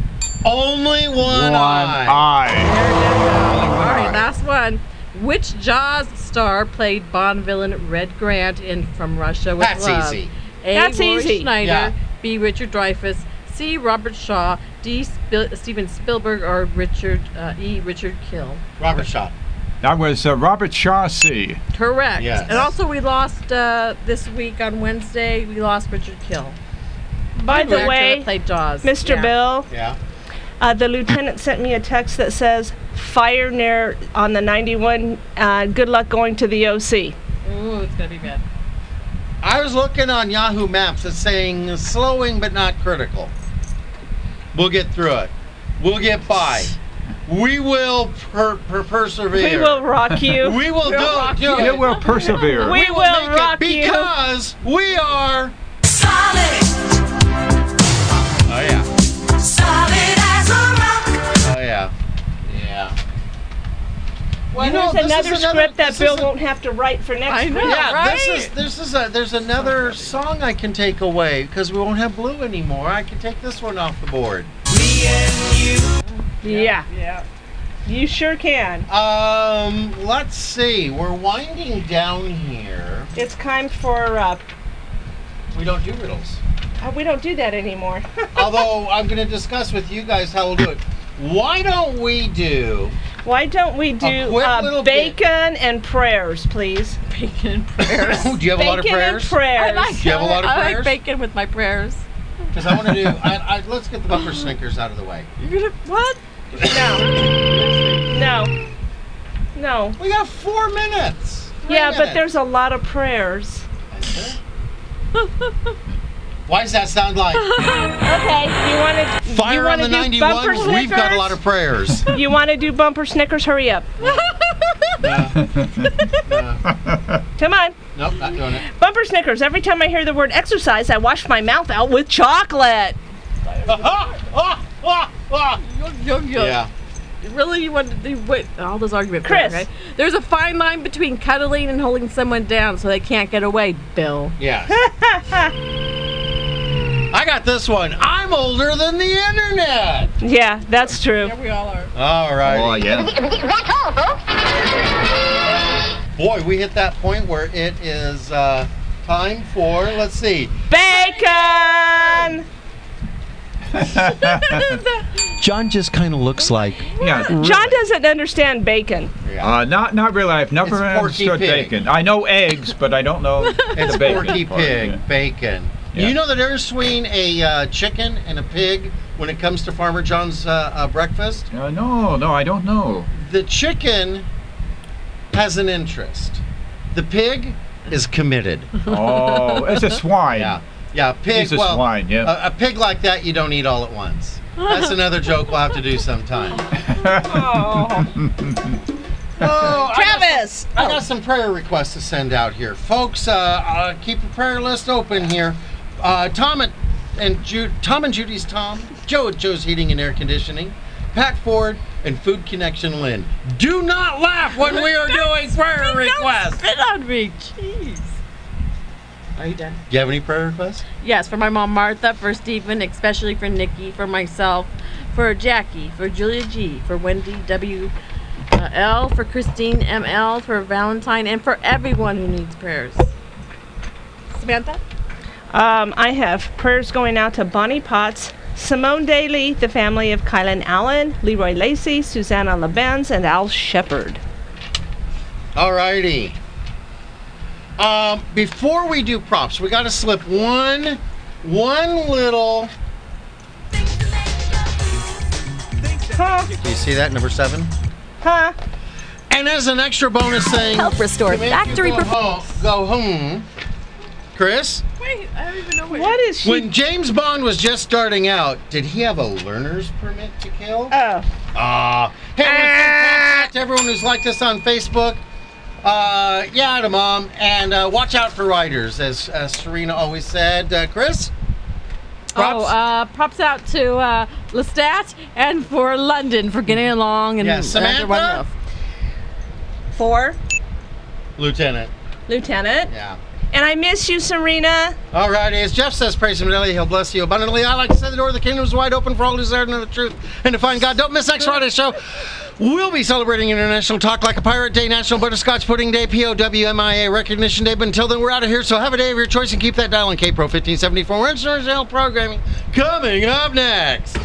Speaker 1: only one,
Speaker 4: One
Speaker 1: eye.
Speaker 4: eye.
Speaker 3: There it is. All
Speaker 4: eye.
Speaker 3: right, last one. Which Jaws star played Bond villain Red Grant in From Russia with
Speaker 1: That's
Speaker 3: Love?
Speaker 1: easy.
Speaker 3: A.
Speaker 2: That's
Speaker 3: Roy
Speaker 2: easy.
Speaker 3: Schneider.
Speaker 1: Yeah.
Speaker 3: B. Richard Dreyfuss. C. Robert Shaw. D. Spil- Steven Spielberg or Richard uh, E. Richard Kill.
Speaker 1: Robert Shaw.
Speaker 4: That was uh, Robert Shaw C.
Speaker 3: Correct.
Speaker 1: Yes.
Speaker 3: And also, we lost uh, this week on Wednesday. We lost Richard Kill.
Speaker 2: by the
Speaker 3: director that
Speaker 2: way,
Speaker 3: played Jaws.
Speaker 2: Mr.
Speaker 3: Yeah.
Speaker 2: Bill,
Speaker 1: Yeah.
Speaker 2: uh, the lieutenant sent me a text that says fire near on the 91. Uh, good luck going to the OC.
Speaker 3: Ooh, it's gonna be bad.
Speaker 1: I was looking on Yahoo Maps. It's saying slowing but not critical. We'll get through it. We'll get by. We will per- per- persevere.
Speaker 2: We will rock you.
Speaker 1: We will do,
Speaker 2: rock
Speaker 1: do
Speaker 4: It
Speaker 1: it.
Speaker 4: will persevere.
Speaker 2: We will
Speaker 1: make
Speaker 2: rock
Speaker 1: it
Speaker 2: you.
Speaker 1: because we are
Speaker 6: Solid.
Speaker 1: a Oh yeah.
Speaker 6: Solid as a rock.
Speaker 1: Oh yeah. Yeah.
Speaker 2: Well,
Speaker 1: know,
Speaker 2: there's
Speaker 1: this
Speaker 2: another,
Speaker 1: is another-
Speaker 2: script that
Speaker 1: this
Speaker 2: Bill
Speaker 1: is a-
Speaker 2: won't have to write for next week.
Speaker 1: yeah, This is this is a, there's another song I can take away because we won't have blue anymore. I can take this one off the board.
Speaker 2: Yeah. Yeah. You sure can.
Speaker 1: Um, let's see. We're winding down here.
Speaker 2: It's time for uh,
Speaker 1: We don't do riddles.
Speaker 2: uh, we don't do that anymore.
Speaker 1: Although I'm going to discuss with you guys how we'll do it. Why don't we do?
Speaker 2: Why don't we
Speaker 1: A
Speaker 2: do
Speaker 1: quick
Speaker 2: uh,
Speaker 1: little
Speaker 2: bacon and prayers, please? Bacon and prayers.
Speaker 1: do you have a lot of
Speaker 2: Bacon and
Speaker 1: prayers?
Speaker 2: prayers.
Speaker 3: I like,
Speaker 1: Do you have a lot of
Speaker 3: I
Speaker 1: prayers?
Speaker 3: like bacon with my prayers.
Speaker 1: Because I want to do. I, I, let's get the bumper snickers out of the way.
Speaker 3: You're gonna what?
Speaker 2: No. No.
Speaker 1: We got four minutes. Three
Speaker 2: yeah, but
Speaker 1: minutes.
Speaker 2: there's a lot of prayers.
Speaker 1: Why does that sound like?
Speaker 2: Okay, you want to
Speaker 1: Fire
Speaker 2: you
Speaker 1: on
Speaker 2: wanna
Speaker 1: the
Speaker 2: do
Speaker 1: 91,
Speaker 2: bumper
Speaker 1: we've got a lot of prayers.
Speaker 2: You want to do bumper Snickers? Hurry up! Come on,
Speaker 1: Nope, not doing it.
Speaker 2: bumper Snickers. Every time I hear the word exercise, I wash my mouth out with chocolate.
Speaker 1: Yeah.
Speaker 3: Really, you want to do what? All those argument
Speaker 2: Chris.
Speaker 3: points, right? There's a fine line between cuddling and holding someone down so they can't get away, Bill.
Speaker 1: Yeah. I got this one. I'm older than the internet.
Speaker 2: Yeah, that's true.
Speaker 3: we all are.
Speaker 1: All right.
Speaker 4: Oh, yeah.
Speaker 1: Boy, we hit that point where it is uh, time for, let's see.
Speaker 2: Bacon.
Speaker 18: John just kind of looks like.
Speaker 4: Yeah.
Speaker 2: John doesn't understand bacon.
Speaker 4: Uh, not not really. I've never
Speaker 18: It's Porky
Speaker 4: understood
Speaker 18: Pig.
Speaker 4: bacon. I know eggs, but I don't know
Speaker 1: It's
Speaker 4: the bacon.
Speaker 1: Porky
Speaker 4: part,
Speaker 1: Pig,
Speaker 4: yeah.
Speaker 1: bacon.
Speaker 4: Yeah.
Speaker 1: You know the difference between a uh, chicken and a pig when it comes to Farmer John's uh, uh, breakfast?
Speaker 4: Uh, no, no, I don't know.
Speaker 1: The chicken has an interest. The pig is committed.
Speaker 4: Oh, it's a swine.
Speaker 1: Yeah, yeah. a Pig.
Speaker 4: He's a
Speaker 1: well,
Speaker 4: swine, yeah.
Speaker 1: A, a pig like that you don't eat all at once. That's another joke we'll have to do sometime. Oh,
Speaker 2: Travis!
Speaker 1: I got, some prayer requests to send out here. Folks, uh, uh, keep your prayer list open here. Uh, Tom and, and Ju- Tom and Judy's Tom, Joe at Joe's Heating and Air Conditioning, Pat Ford, and Food Connection Lynn. Do not laugh when we are doing prayer requests.
Speaker 3: Spit on me, jeez. Are you done?
Speaker 1: Do you have any prayer requests?
Speaker 3: Yes, for my mom Martha, for Stephen, especially for Nikki, for myself, for Jackie, for Julia G, for Wendy W. uh, L, for Christine M. L, for Valentine, and for everyone who needs prayers. Samantha?
Speaker 2: Um, I have prayers going out to Bonnie Potts, Simone Daly, the family of Kylan Allen, Leroy Lacey, Susanna LeBenz, and Al Shepard.
Speaker 1: Alrighty. Um, before we do props, we got to slip one, one little.
Speaker 2: Huh?
Speaker 1: Do you see that number seven?
Speaker 2: Huh?
Speaker 1: And as an extra bonus thing,
Speaker 16: Help restore
Speaker 1: to make you
Speaker 16: factory
Speaker 1: go
Speaker 16: performance.
Speaker 1: home- Go home, Chris.
Speaker 3: Wait, I don't even know where.
Speaker 2: What is she?
Speaker 1: When James Bond was just starting out, did he have a learner's permit to kill?
Speaker 2: Oh.
Speaker 1: Ah. hey, I wanna send props out to everyone who's liked us on Facebook. Uh, yeah, to mom, and uh, watch out for writers, as uh, Serena always said. Uh, Chris.
Speaker 3: Oh, uh, props out to uh, Lestat and for London for getting along and
Speaker 1: Yeah,
Speaker 3: everyone
Speaker 1: Samantha?
Speaker 3: else.
Speaker 2: Four.
Speaker 1: Lieutenant.
Speaker 2: Lieutenant.
Speaker 1: Yeah.
Speaker 2: And I miss you, Serena.
Speaker 1: All righty, as Jeff says, praise him daily, he'll bless you abundantly. I like to say the door of the kingdom is wide open for all who desire to know the truth and to find God. Don't miss next Friday's show. We'll be celebrating International Talk Like a Pirate Day, National Butterscotch Pudding Day, POWMIA Recognition Day. But until then, we're out of here, so have a day of your choice and keep that dial on KPRO 1574. We're international programming coming up next.
Speaker 4: You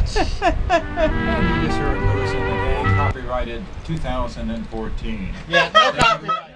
Speaker 4: just heard Lewis and the Gang, copyrighted 2014.
Speaker 1: Yeah, no copyright.